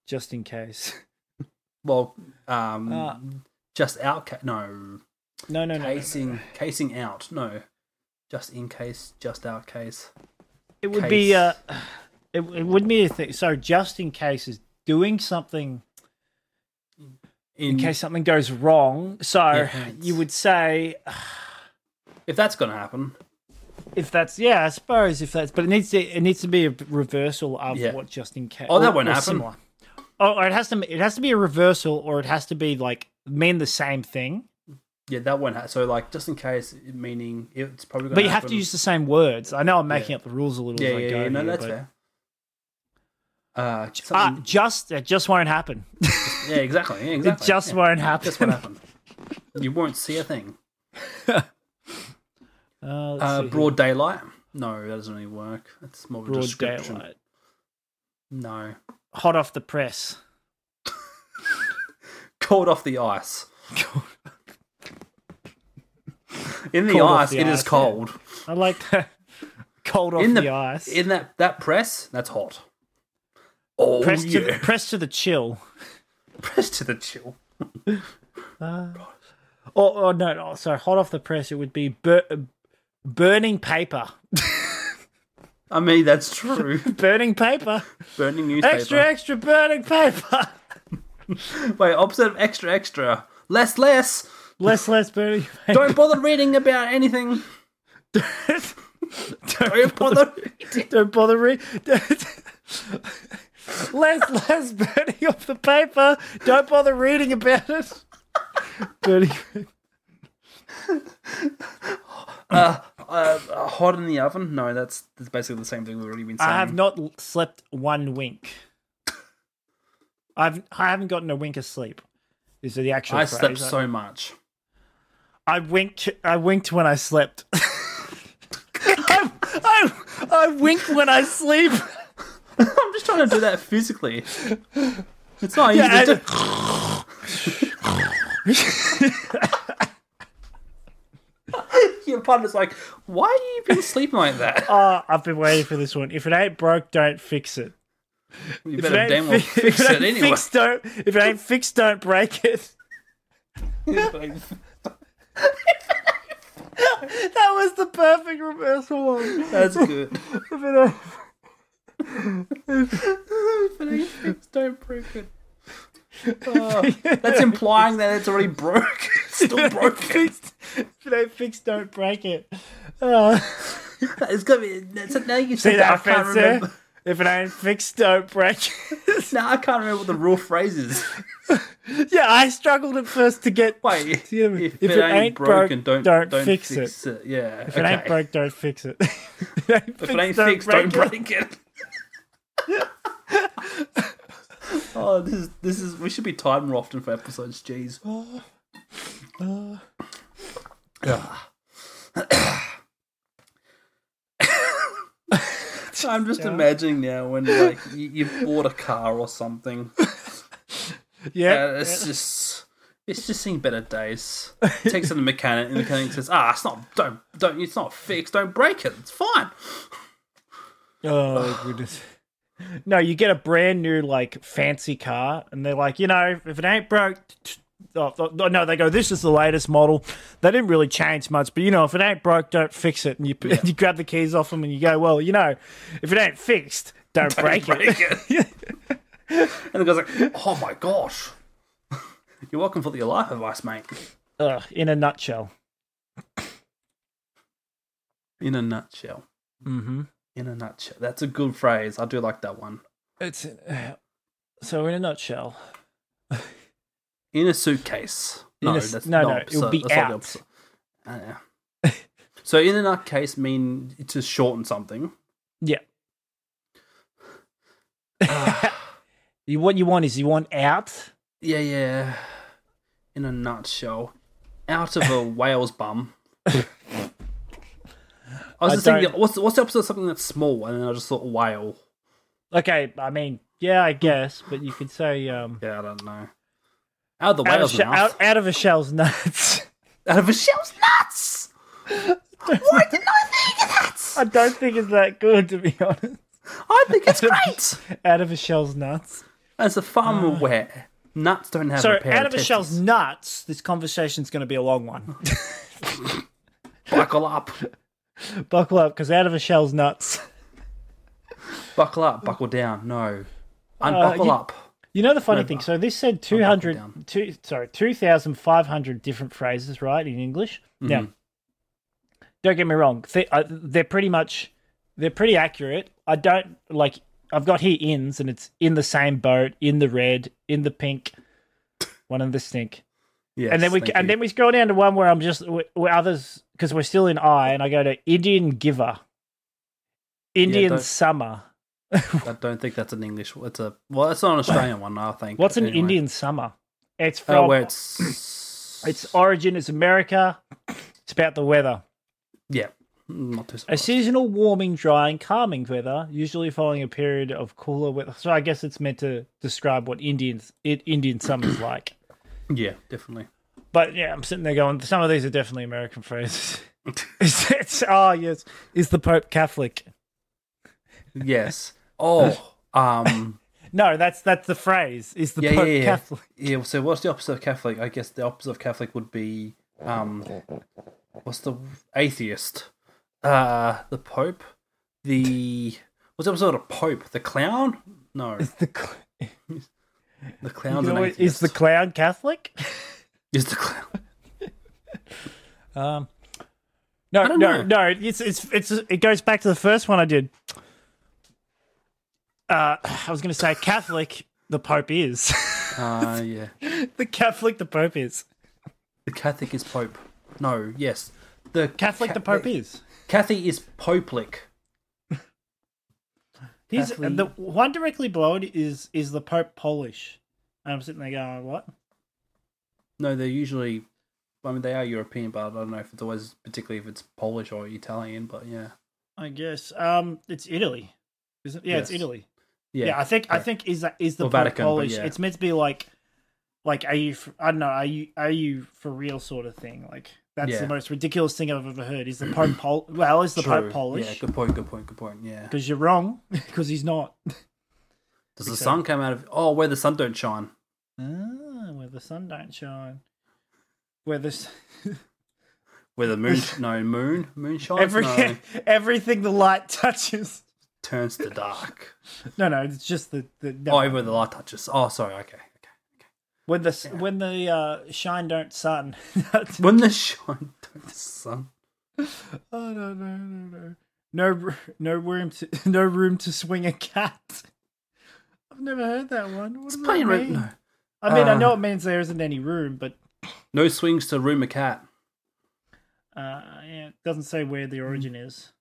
[SPEAKER 2] just in case.
[SPEAKER 1] Well, um,
[SPEAKER 2] Uh,
[SPEAKER 1] just out. Ca- no,
[SPEAKER 2] no, no, no, no.
[SPEAKER 1] casing, casing out. No, just in case, just out case.
[SPEAKER 2] It would
[SPEAKER 1] case.
[SPEAKER 2] be uh, it, it would be a thing. So just in case is doing something in case something goes wrong. So
[SPEAKER 1] Yeah.
[SPEAKER 2] you would say
[SPEAKER 1] if that's gonna happen.
[SPEAKER 2] if that's yeah, I suppose if that's but it needs to it needs to be a reversal of
[SPEAKER 1] Yeah.
[SPEAKER 2] what just in case.
[SPEAKER 1] Oh, that
[SPEAKER 2] or-
[SPEAKER 1] won't
[SPEAKER 2] or
[SPEAKER 1] happen.
[SPEAKER 2] similar. Oh, or it has to it has to be a reversal, or it has to be like mean the same thing,
[SPEAKER 1] Yeah, that won't happen. So, like, just in case, meaning it's probably. Gonna
[SPEAKER 2] but you
[SPEAKER 1] happen.
[SPEAKER 2] have to use the same words. I know I'm making
[SPEAKER 1] Yeah.
[SPEAKER 2] up the rules a little.
[SPEAKER 1] Yeah,
[SPEAKER 2] as I
[SPEAKER 1] yeah,
[SPEAKER 2] go
[SPEAKER 1] yeah. No,
[SPEAKER 2] here,
[SPEAKER 1] that's
[SPEAKER 2] but-
[SPEAKER 1] fair. Uh,
[SPEAKER 2] Ah,
[SPEAKER 1] something-
[SPEAKER 2] just it just won't happen.
[SPEAKER 1] yeah, exactly. Yeah, exactly.
[SPEAKER 2] *laughs* It just
[SPEAKER 1] yeah.
[SPEAKER 2] won't happen.
[SPEAKER 1] Just what happened. You won't see a
[SPEAKER 2] *laughs*
[SPEAKER 1] thing.
[SPEAKER 2] Uh, let's
[SPEAKER 1] Uh,
[SPEAKER 2] see here.
[SPEAKER 1] broad daylight. No, that doesn't really work. It's more of a
[SPEAKER 2] broad
[SPEAKER 1] description.
[SPEAKER 2] daylight,
[SPEAKER 1] No,
[SPEAKER 2] hot off the press.
[SPEAKER 1] cold off the
[SPEAKER 2] *laughs*
[SPEAKER 1] ice. In the
[SPEAKER 2] Cold off
[SPEAKER 1] ice,
[SPEAKER 2] the
[SPEAKER 1] it is
[SPEAKER 2] ice, yeah.
[SPEAKER 1] cold. *laughs*
[SPEAKER 2] I like that. cold off
[SPEAKER 1] In
[SPEAKER 2] the,
[SPEAKER 1] the,
[SPEAKER 2] ice.
[SPEAKER 1] in that that press, that's hot. Oh
[SPEAKER 2] press
[SPEAKER 1] yeah,
[SPEAKER 2] to the, press to the chill.
[SPEAKER 1] *laughs* press to the chill.
[SPEAKER 2] Or, or Oh, no, no, sorry, hot off the press. It would be bur- burning paper.
[SPEAKER 1] I mean, that's true.
[SPEAKER 2] burning paper.
[SPEAKER 1] Burning newspaper.
[SPEAKER 2] Extra, extra burning paper. *laughs*
[SPEAKER 1] Wait, opposite of extra, extra. Less, less.
[SPEAKER 2] Less, less burning paper.
[SPEAKER 1] Don't bother reading about anything.
[SPEAKER 2] Don't,
[SPEAKER 1] Don't bother.
[SPEAKER 2] don't bother read. less, less burning off the paper. Don't bother reading about it. Burning.
[SPEAKER 1] Uh, uh, hot in the oven? No, that's, that's basically the same thing we've already been saying.
[SPEAKER 2] I have not l- slept one wink. I've I haven't gotten a wink of sleep. Is the actual
[SPEAKER 1] I
[SPEAKER 2] phrase.
[SPEAKER 1] slept so much. *laughs*
[SPEAKER 2] I winked. I winked when I *laughs* slept. I, I, I wink when I sleep. *laughs*
[SPEAKER 1] I'm just trying to do that physically. It's *laughs* not
[SPEAKER 2] Yeah,
[SPEAKER 1] easy.
[SPEAKER 2] I-
[SPEAKER 1] to... Your partner's like, why have you been sleeping like *laughs* that?
[SPEAKER 2] Oh, I've been waiting for this one. If it ain't broke, don't fix it.
[SPEAKER 1] You
[SPEAKER 2] If
[SPEAKER 1] better
[SPEAKER 2] ain't
[SPEAKER 1] damn well *laughs*
[SPEAKER 2] fi-
[SPEAKER 1] fix
[SPEAKER 2] *laughs* if
[SPEAKER 1] it
[SPEAKER 2] ain't
[SPEAKER 1] anyway.
[SPEAKER 2] Fixed, don't, if it ain't fixed, don't break it. *laughs* That was the perfect reversal
[SPEAKER 1] *laughs*
[SPEAKER 2] one.
[SPEAKER 1] That's good.
[SPEAKER 2] *laughs* If it ain't-
[SPEAKER 1] Don't break it. *laughs* that's implying that it's already broke. *laughs* It's still broken.
[SPEAKER 2] fixed, if it ain't fixed, don't break *laughs* it. Uh,
[SPEAKER 1] *laughs* It's gonna be. That's, now you
[SPEAKER 2] see
[SPEAKER 1] said that, I
[SPEAKER 2] that
[SPEAKER 1] can't
[SPEAKER 2] fencer?
[SPEAKER 1] remember. *laughs*
[SPEAKER 2] If it ain't fixed, don't break it.
[SPEAKER 1] Now I can't remember what the real phrase is.
[SPEAKER 2] *laughs*
[SPEAKER 1] *laughs*
[SPEAKER 2] Yeah, I struggled at first to get.
[SPEAKER 1] Wait,
[SPEAKER 2] Yeah,
[SPEAKER 1] if, it, ain't, broken, don't don't, fix, it. Yeah.
[SPEAKER 2] If it ain't broke, don't fix it. *laughs* if it
[SPEAKER 1] if
[SPEAKER 2] ain't
[SPEAKER 1] it ain't fixed, don't break it. *laughs* oh, this is this is. We should be timed more often for episodes. Jeez. Ah. *coughs* I'm just imagining now when like you, you bought a car or *laughs* something.
[SPEAKER 2] Yeah,
[SPEAKER 1] Uh, it's just it's just seen better days. Takes to the mechanic and the mechanic says, Ah, it's not don't don't it's not fixed, don't break it, it's fine.
[SPEAKER 2] *laughs* Oh goodness. No, you get a brand new like fancy car, and they're like, you know, if it ain't broke, t- oh, oh, oh, no, they go, this is the latest model. They didn't really change much, but you know, if it ain't broke, don't fix it. And *laughs* you you grab the keys off them, and you go, well, you know, if it ain't fixed, don't, break, it. *laughs*
[SPEAKER 1] it. and the guy's like, Oh my gosh. *laughs* You're welcome for your life advice, mate.
[SPEAKER 2] Ugh, in a nutshell.
[SPEAKER 1] In a nutshell.
[SPEAKER 2] Mm-hmm.
[SPEAKER 1] In a nutshell. That's a good phrase. I do like that one.
[SPEAKER 2] It's uh, so in a nutshell.
[SPEAKER 1] In a suitcase.
[SPEAKER 2] In
[SPEAKER 1] No,
[SPEAKER 2] a s-
[SPEAKER 1] that's
[SPEAKER 2] no,
[SPEAKER 1] the
[SPEAKER 2] no, it would
[SPEAKER 1] opposite.
[SPEAKER 2] be
[SPEAKER 1] That's not the
[SPEAKER 2] out.
[SPEAKER 1] opposite. Ah, yeah. *laughs* so in a nutcase mean to shorten something.
[SPEAKER 2] Yeah. Ah. *laughs* you, what you want is you want out.
[SPEAKER 1] Yeah, yeah. In a nutshell, out of a
[SPEAKER 2] *laughs*
[SPEAKER 1] whale's bum. I was
[SPEAKER 2] I
[SPEAKER 1] just thinking,
[SPEAKER 2] don't-
[SPEAKER 1] what's what's the opposite of something that's small? And then I just thought whale.
[SPEAKER 2] Okay, I mean, Yeah, I guess, but you could say um,
[SPEAKER 1] Yeah, I don't know. Out of the
[SPEAKER 2] out, of
[SPEAKER 1] whale's
[SPEAKER 2] she-
[SPEAKER 1] mouth.
[SPEAKER 2] out, out of a shell's nuts. *laughs*
[SPEAKER 1] Out of a shell's nuts. Why didn't I think of that?
[SPEAKER 2] I don't think it's that good, to be *laughs* honest.
[SPEAKER 1] I think it's great.
[SPEAKER 2] *laughs* Out of a shell's nuts.
[SPEAKER 1] As a farmer aware, nuts don't have
[SPEAKER 2] So,
[SPEAKER 1] a pair
[SPEAKER 2] out of
[SPEAKER 1] of
[SPEAKER 2] a shell's nuts, this conversation's going to be a long one. *laughs*
[SPEAKER 1] testes. *laughs* Buckle up,
[SPEAKER 2] Buckle up, because out of a shell's nuts.
[SPEAKER 1] buckle up, buckle down. No, unbuckle
[SPEAKER 2] Ah, you-
[SPEAKER 1] up.
[SPEAKER 2] You know the funny
[SPEAKER 1] No,
[SPEAKER 2] thing.
[SPEAKER 1] but-
[SPEAKER 2] So this said
[SPEAKER 1] it
[SPEAKER 2] 200,
[SPEAKER 1] down.
[SPEAKER 2] two, sorry, 2,500 different phrases, right, in English.
[SPEAKER 1] Mm-hmm.
[SPEAKER 2] Now, don't get me wrong. Th- uh, they're pretty much, they're pretty accurate. I don't, like, I've got here ins, and it's in the same boat, in the red, in the pink, one in the stink.
[SPEAKER 1] Yes,
[SPEAKER 2] and then we
[SPEAKER 1] thank
[SPEAKER 2] and
[SPEAKER 1] you.
[SPEAKER 2] then we scroll down to one where I'm just where others because we're still in I and I go to Indian giver, Indian
[SPEAKER 1] don't-
[SPEAKER 2] summer.
[SPEAKER 1] I don't think that's an English. It's a well, it's not an Australian one. I think.
[SPEAKER 2] What's an
[SPEAKER 1] anyway.
[SPEAKER 2] Indian summer? It's
[SPEAKER 1] Uh,
[SPEAKER 2] from
[SPEAKER 1] where it's
[SPEAKER 2] its origin is America. It's about the weather.
[SPEAKER 1] yeah, not too.
[SPEAKER 2] A
[SPEAKER 1] surprised.
[SPEAKER 2] seasonal warming, dry, and calming weather, usually following a period of cooler weather. So I guess it's meant to describe what Indians it, Indian summer's *clears throat* like.
[SPEAKER 1] Yeah, definitely.
[SPEAKER 2] But yeah, I'm sitting there going, some of these are definitely
[SPEAKER 1] *laughs*
[SPEAKER 2] American phrases. Is it? Oh yes. Is the Pope Catholic?
[SPEAKER 1] Yes. *laughs* Oh, um,
[SPEAKER 2] No, that's that's the phrase. Is the
[SPEAKER 1] yeah, yeah,
[SPEAKER 2] Pope
[SPEAKER 1] yeah.
[SPEAKER 2] Catholic?
[SPEAKER 1] Yeah. So, what's the opposite of Catholic? I guess the opposite of Catholic would be, um, what's the atheist? Uh, the Pope. The what's the opposite of Pope? The clown? No,
[SPEAKER 2] The cl-
[SPEAKER 1] the clown's
[SPEAKER 2] you know,
[SPEAKER 1] an
[SPEAKER 2] is
[SPEAKER 1] atheist.
[SPEAKER 2] the clown Catholic?
[SPEAKER 1] is the clown?
[SPEAKER 2] Um, no, no,
[SPEAKER 1] don't know.
[SPEAKER 2] no. It's it's it's it goes back to the first one I did. Uh, I was going to say Catholic. The Pope is *laughs*
[SPEAKER 1] Uh, yeah.
[SPEAKER 2] the Catholic. The Pope is
[SPEAKER 1] The Catholic is Pope. No. Yes. The
[SPEAKER 2] Catholic.
[SPEAKER 1] Ca-
[SPEAKER 2] the Pope is.
[SPEAKER 1] Kathy is Popelic.
[SPEAKER 2] He's
[SPEAKER 1] Catholic-
[SPEAKER 2] the one directly below it is is the Pope Polish. And I'm sitting there going, what?
[SPEAKER 1] No, they're usually. I mean, they are European, but I don't know if it's always particularly if it's Polish or Italian. But yeah,
[SPEAKER 2] I guess um, it's Italy, is it? Yeah, it's
[SPEAKER 1] Yes.
[SPEAKER 2] Italy.
[SPEAKER 1] yeah,
[SPEAKER 2] Yeah, I think I
[SPEAKER 1] correct.
[SPEAKER 2] think is that is the
[SPEAKER 1] Or
[SPEAKER 2] Pope
[SPEAKER 1] Vatican, but
[SPEAKER 2] Polish.
[SPEAKER 1] yeah.
[SPEAKER 2] It's meant to be like, like are you? f I don't know. Are you are you for real sort of thing? Like that's
[SPEAKER 1] Yeah.
[SPEAKER 2] the most ridiculous thing I've ever heard. Is
[SPEAKER 1] *clears throat*
[SPEAKER 2] the Pope Pol? Well, is the
[SPEAKER 1] True.
[SPEAKER 2] Pope Polish?
[SPEAKER 1] Yeah, good point. Good point. Good point. Yeah.
[SPEAKER 2] Because you're wrong. *laughs* Because he's not.
[SPEAKER 1] Does the sun come out of? Oh, where the sun don't shine.
[SPEAKER 2] Ah, where the sun don't shine. Where
[SPEAKER 1] *laughs*
[SPEAKER 2] this
[SPEAKER 1] Where the
[SPEAKER 2] *laughs*
[SPEAKER 1] moon? no moon. Moon shines.
[SPEAKER 2] every *laughs*
[SPEAKER 1] no,
[SPEAKER 2] everything the light touches.
[SPEAKER 1] turns to dark.
[SPEAKER 2] No, no, it's just the the no,
[SPEAKER 1] oh, where the light touches. Oh, sorry. Okay. Okay.
[SPEAKER 2] when the s when the uh, shine don't sun. *laughs*
[SPEAKER 1] When the *laughs* shine don't sun.
[SPEAKER 2] Oh no no no no! No r- no room to *laughs* no room to swing a cat. I've never heard that one. What does
[SPEAKER 1] It's
[SPEAKER 2] that
[SPEAKER 1] plain
[SPEAKER 2] mean?
[SPEAKER 1] room. No.
[SPEAKER 2] I mean, I
[SPEAKER 1] Uh,
[SPEAKER 2] know it means there isn't any room, but
[SPEAKER 1] no swings to room a cat.
[SPEAKER 2] uh, yeah, it doesn't say where the origin is.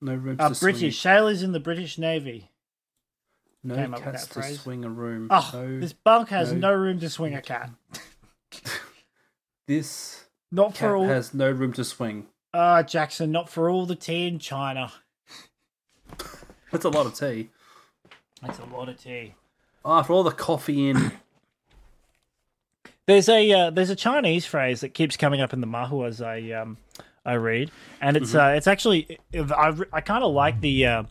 [SPEAKER 1] No room
[SPEAKER 2] Uh,
[SPEAKER 1] to
[SPEAKER 2] British
[SPEAKER 1] swing.
[SPEAKER 2] sailors in the British Navy.
[SPEAKER 1] No
[SPEAKER 2] Came up with
[SPEAKER 1] cats
[SPEAKER 2] that
[SPEAKER 1] to
[SPEAKER 2] phrase.
[SPEAKER 1] swing a room.
[SPEAKER 2] Oh,
[SPEAKER 1] no,
[SPEAKER 2] this bunk has
[SPEAKER 1] no.
[SPEAKER 2] no. room to swing a cat.
[SPEAKER 1] this
[SPEAKER 2] Not
[SPEAKER 1] cat
[SPEAKER 2] for all.
[SPEAKER 1] has no room to swing.
[SPEAKER 2] Ah, Jackson. Not for all the tea in China.
[SPEAKER 1] That's a lot of tea.
[SPEAKER 2] That's a lot of tea.
[SPEAKER 1] After Ah, all the coffee
[SPEAKER 2] *coughs*
[SPEAKER 1] in,
[SPEAKER 2] There's a uh, there's a Chinese phrase that keeps coming up in the Mahu as I um, I read, and it's uh, it's actually I, I kind of like the uh,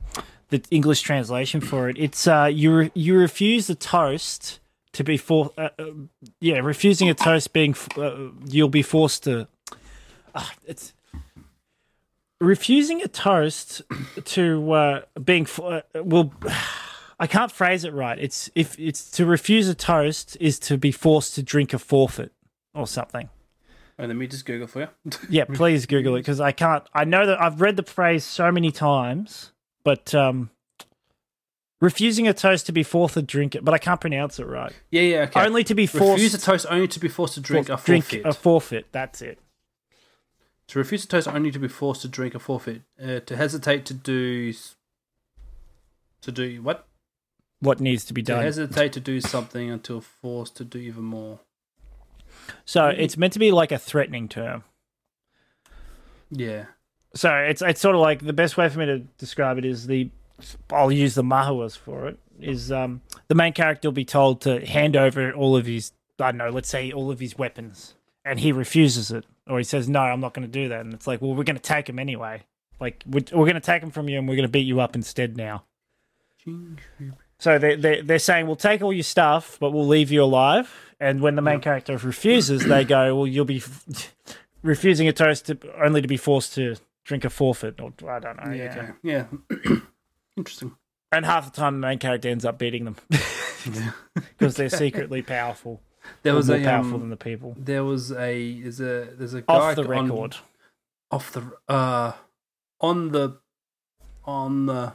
[SPEAKER 2] the English translation for it. It's uh, you re- you refuse the toast to be for uh, uh, yeah refusing a toast being f- uh, you'll be forced to Ah, it's refusing a toast to uh, being for, uh, will I can't phrase it right. It's if it's to refuse a toast is to be forced to drink a forfeit or something.
[SPEAKER 1] oh, let me just Google for you.
[SPEAKER 2] Yeah, please Google it because I can't. I know that I've read the phrase so many times, but um, refusing a toast to be forced to drink it, but I can't pronounce it right.
[SPEAKER 1] yeah, yeah, okay.
[SPEAKER 2] Only to be
[SPEAKER 1] refuse a
[SPEAKER 2] forced
[SPEAKER 1] toast only to be forced to drink a
[SPEAKER 2] drink
[SPEAKER 1] forfeit.
[SPEAKER 2] a forfeit. That's it.
[SPEAKER 1] to refuse a toast only to be forced to drink a forfeit. Uh, to hesitate to do, s- to do what?
[SPEAKER 2] What needs to be
[SPEAKER 1] To
[SPEAKER 2] done.
[SPEAKER 1] hesitate to do something until forced to do even more.
[SPEAKER 2] so it's meant to be like a threatening term.
[SPEAKER 1] Yeah,
[SPEAKER 2] So it's it's sort of like the best way for me to describe it is the I'll use the Mahuas for it. Is um, the main character will be told to hand over all of his, I don't know, let's say all of his weapons, and he refuses it, or he says, "No, I'm not going to do that." And it's like, well, we're going to take him anyway. Like we're, we're going to take him from you, and we're going to beat you up instead now. So they they they're saying we'll take all your stuff, but we'll leave you alive. And when the main character refuses, they go, "Well, you'll be f- *laughs* refusing a toast to, only to be forced to drink a forfeit." Or I don't know.
[SPEAKER 1] Yeah. Okay. Yeah. *coughs*
[SPEAKER 2] *laughs*
[SPEAKER 1] Interesting.
[SPEAKER 2] And half the time, the main character ends up beating them because they're secretly powerful.
[SPEAKER 1] There
[SPEAKER 2] or
[SPEAKER 1] was
[SPEAKER 2] more
[SPEAKER 1] a
[SPEAKER 2] powerful
[SPEAKER 1] um,
[SPEAKER 2] than the people.
[SPEAKER 1] there was a there's a there's a guy
[SPEAKER 2] Off the
[SPEAKER 1] on-
[SPEAKER 2] record,
[SPEAKER 1] off the uh on the on the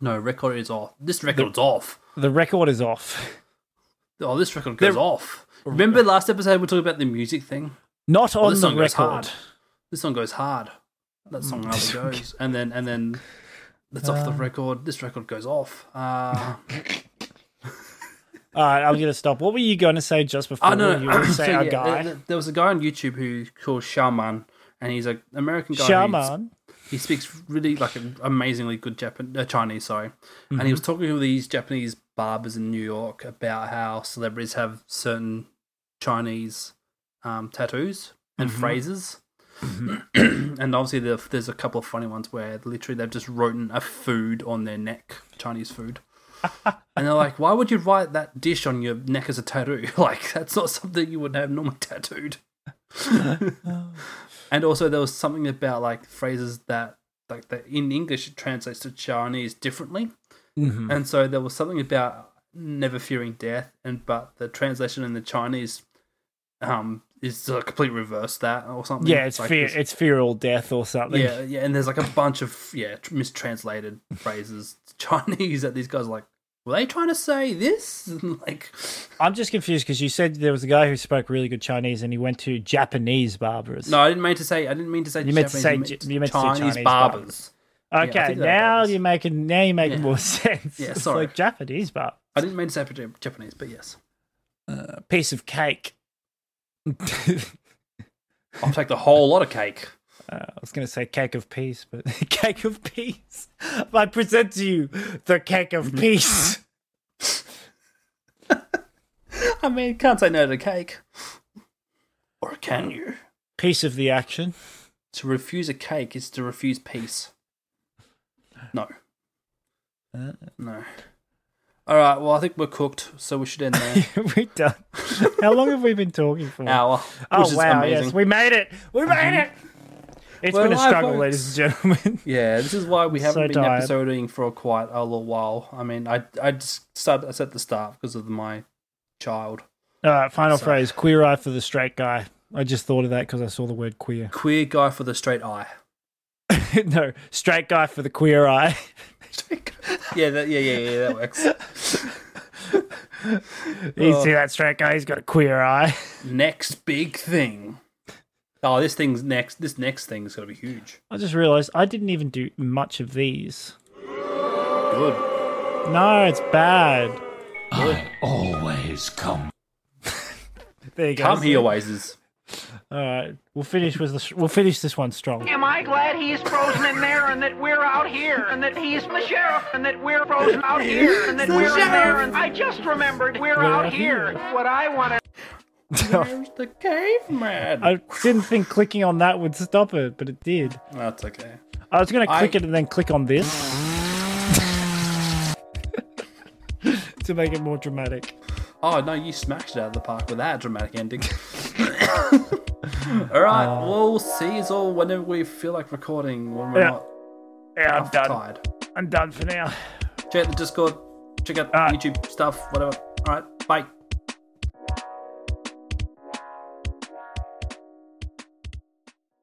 [SPEAKER 1] no record is off. This record's off.
[SPEAKER 2] the record is off. *laughs*
[SPEAKER 1] Oh, this record goes
[SPEAKER 2] There-
[SPEAKER 1] off. Remember last episode we talked about the music thing?
[SPEAKER 2] Not on
[SPEAKER 1] this
[SPEAKER 2] the
[SPEAKER 1] song goes
[SPEAKER 2] record.
[SPEAKER 1] hard. This song goes hard. That song hardly
[SPEAKER 2] Mm.
[SPEAKER 1] goes, and then and then that's off
[SPEAKER 2] Uh.
[SPEAKER 1] the record. This record goes off.
[SPEAKER 2] *laughs*
[SPEAKER 1] Uh,
[SPEAKER 2] All right, I'm gonna stop. What were you gonna say just before?
[SPEAKER 1] I know.
[SPEAKER 2] You
[SPEAKER 1] *clears throat* *laughs*
[SPEAKER 2] were gonna say
[SPEAKER 1] So,
[SPEAKER 2] our
[SPEAKER 1] yeah,
[SPEAKER 2] guy
[SPEAKER 1] There, there was a guy on YouTube who called Shaman, and he's an American guy. who-
[SPEAKER 2] Shaman.
[SPEAKER 1] he speaks really like an amazingly good Japan uh, Chinese, sorry. And he was talking to these Japanese barbers in New York about how celebrities have certain Chinese um, tattoos and phrases. *clears throat* and obviously, there- there's a couple of funny ones where literally they've just written a food on their neck, Chinese food.
[SPEAKER 2] *laughs*
[SPEAKER 1] and they're like, why would you write that dish on your neck as a tattoo? *laughs* like, that's not something you would have normally *laughs*
[SPEAKER 2] *laughs*
[SPEAKER 1] tattooed. And also, there was something about like phrases that like that in English it translates to Chinese differently.
[SPEAKER 2] Mhm.
[SPEAKER 1] And so there was something about never fearing death, and but the translation in the Chinese um is the complete reverse that or something.
[SPEAKER 2] Yeah, it's
[SPEAKER 1] like
[SPEAKER 2] fear.
[SPEAKER 1] this-
[SPEAKER 2] It's fear or death or something.
[SPEAKER 1] yeah, yeah, and there's like a bunch of yeah tr- mistranslated phrases *laughs* to Chinese that these guys are like. Were they trying to say this? *laughs* And like,
[SPEAKER 2] I'm just confused because you said there was a guy who spoke really good Chinese and he went to Japanese barbers.
[SPEAKER 1] no, I didn't mean to say. I didn't mean to say.
[SPEAKER 2] You meant to
[SPEAKER 1] Japanese,
[SPEAKER 2] say
[SPEAKER 1] I
[SPEAKER 2] J- you meant to say Chinese
[SPEAKER 1] barbers.
[SPEAKER 2] okay,
[SPEAKER 1] yeah, I think they're
[SPEAKER 2] now
[SPEAKER 1] barbers.
[SPEAKER 2] you're making now you're making
[SPEAKER 1] Yeah.
[SPEAKER 2] more *laughs* sense.
[SPEAKER 1] Yeah,
[SPEAKER 2] it's
[SPEAKER 1] sorry.
[SPEAKER 2] like Japanese bar
[SPEAKER 1] I didn't mean to say Japanese, but yes,
[SPEAKER 2] a piece of cake. *laughs* I
[SPEAKER 1] I'll take the whole lot of cake.
[SPEAKER 2] was going to say cake of peace, but *laughs* cake of peace. I present to you the cake
[SPEAKER 1] Mm-hmm.
[SPEAKER 2] of peace.
[SPEAKER 1] *laughs* I mean, can't say no to cake. Or can you?
[SPEAKER 2] Piece of the action. *laughs*
[SPEAKER 1] To refuse a cake is to refuse peace. No.
[SPEAKER 2] Uh.
[SPEAKER 1] No. All right. Well, I think we're cooked, so we should end *laughs* there.
[SPEAKER 2] We're done. How long have we been talking for?
[SPEAKER 1] Hour.
[SPEAKER 2] oh
[SPEAKER 1] which is
[SPEAKER 2] wow!
[SPEAKER 1] amazing. Mm-hmm.
[SPEAKER 2] Yes, we made it. We made it. It's
[SPEAKER 1] We're
[SPEAKER 2] been a
[SPEAKER 1] alive,
[SPEAKER 2] struggle,
[SPEAKER 1] folks.
[SPEAKER 2] ladies and gentlemen.
[SPEAKER 1] Yeah, this is why we haven't
[SPEAKER 2] so
[SPEAKER 1] been
[SPEAKER 2] tired.
[SPEAKER 1] episoding for a quite a little while. I mean, I I just started I said the start because of my child.
[SPEAKER 2] All right, final
[SPEAKER 1] So-
[SPEAKER 2] phrase: queer eye for the straight guy. I just thought of that because I saw the word queer. *laughs*
[SPEAKER 1] Queer guy for the straight eye.
[SPEAKER 2] no, straight guy for the queer eye. *laughs*
[SPEAKER 1] Yeah, that, yeah, yeah, yeah. That works.
[SPEAKER 2] you
[SPEAKER 1] Oh.
[SPEAKER 2] see that straight guy? He's got a queer eye. *laughs*
[SPEAKER 1] next big thing. Oh, this thing's next. This next thing's gonna be huge.
[SPEAKER 2] I just realised I didn't even do much of these.
[SPEAKER 1] Good.
[SPEAKER 2] No, it's bad.
[SPEAKER 5] I always come
[SPEAKER 2] *laughs* There you go.
[SPEAKER 1] Come here, Wazes.
[SPEAKER 2] All right, we'll finish with the, we'll finish this one strong. *laughs*
[SPEAKER 6] Am I glad he's frozen in there and that we're out here and that he's the sheriff and that we're frozen out here and that we're in there and I just remembered we're, out here. What I want to
[SPEAKER 1] Where's the caveman?
[SPEAKER 2] I didn't think clicking on that would stop it, but it did.
[SPEAKER 1] That's okay.
[SPEAKER 2] I was going to
[SPEAKER 1] I-
[SPEAKER 2] click it and then click on this *laughs* to make it more dramatic.
[SPEAKER 1] Oh no, you smashed it out of the park with that dramatic
[SPEAKER 2] *laughs*
[SPEAKER 1] ending. all right,
[SPEAKER 2] Uh,
[SPEAKER 1] we'll see you all whenever we feel like recording. When we're
[SPEAKER 2] Yeah,
[SPEAKER 1] not
[SPEAKER 2] Yeah, I'm
[SPEAKER 1] half
[SPEAKER 2] done.
[SPEAKER 1] tired.
[SPEAKER 2] I'm done for now.
[SPEAKER 1] Check out the Discord. Check out
[SPEAKER 2] Alright.
[SPEAKER 1] YouTube stuff. Whatever. All right, bye.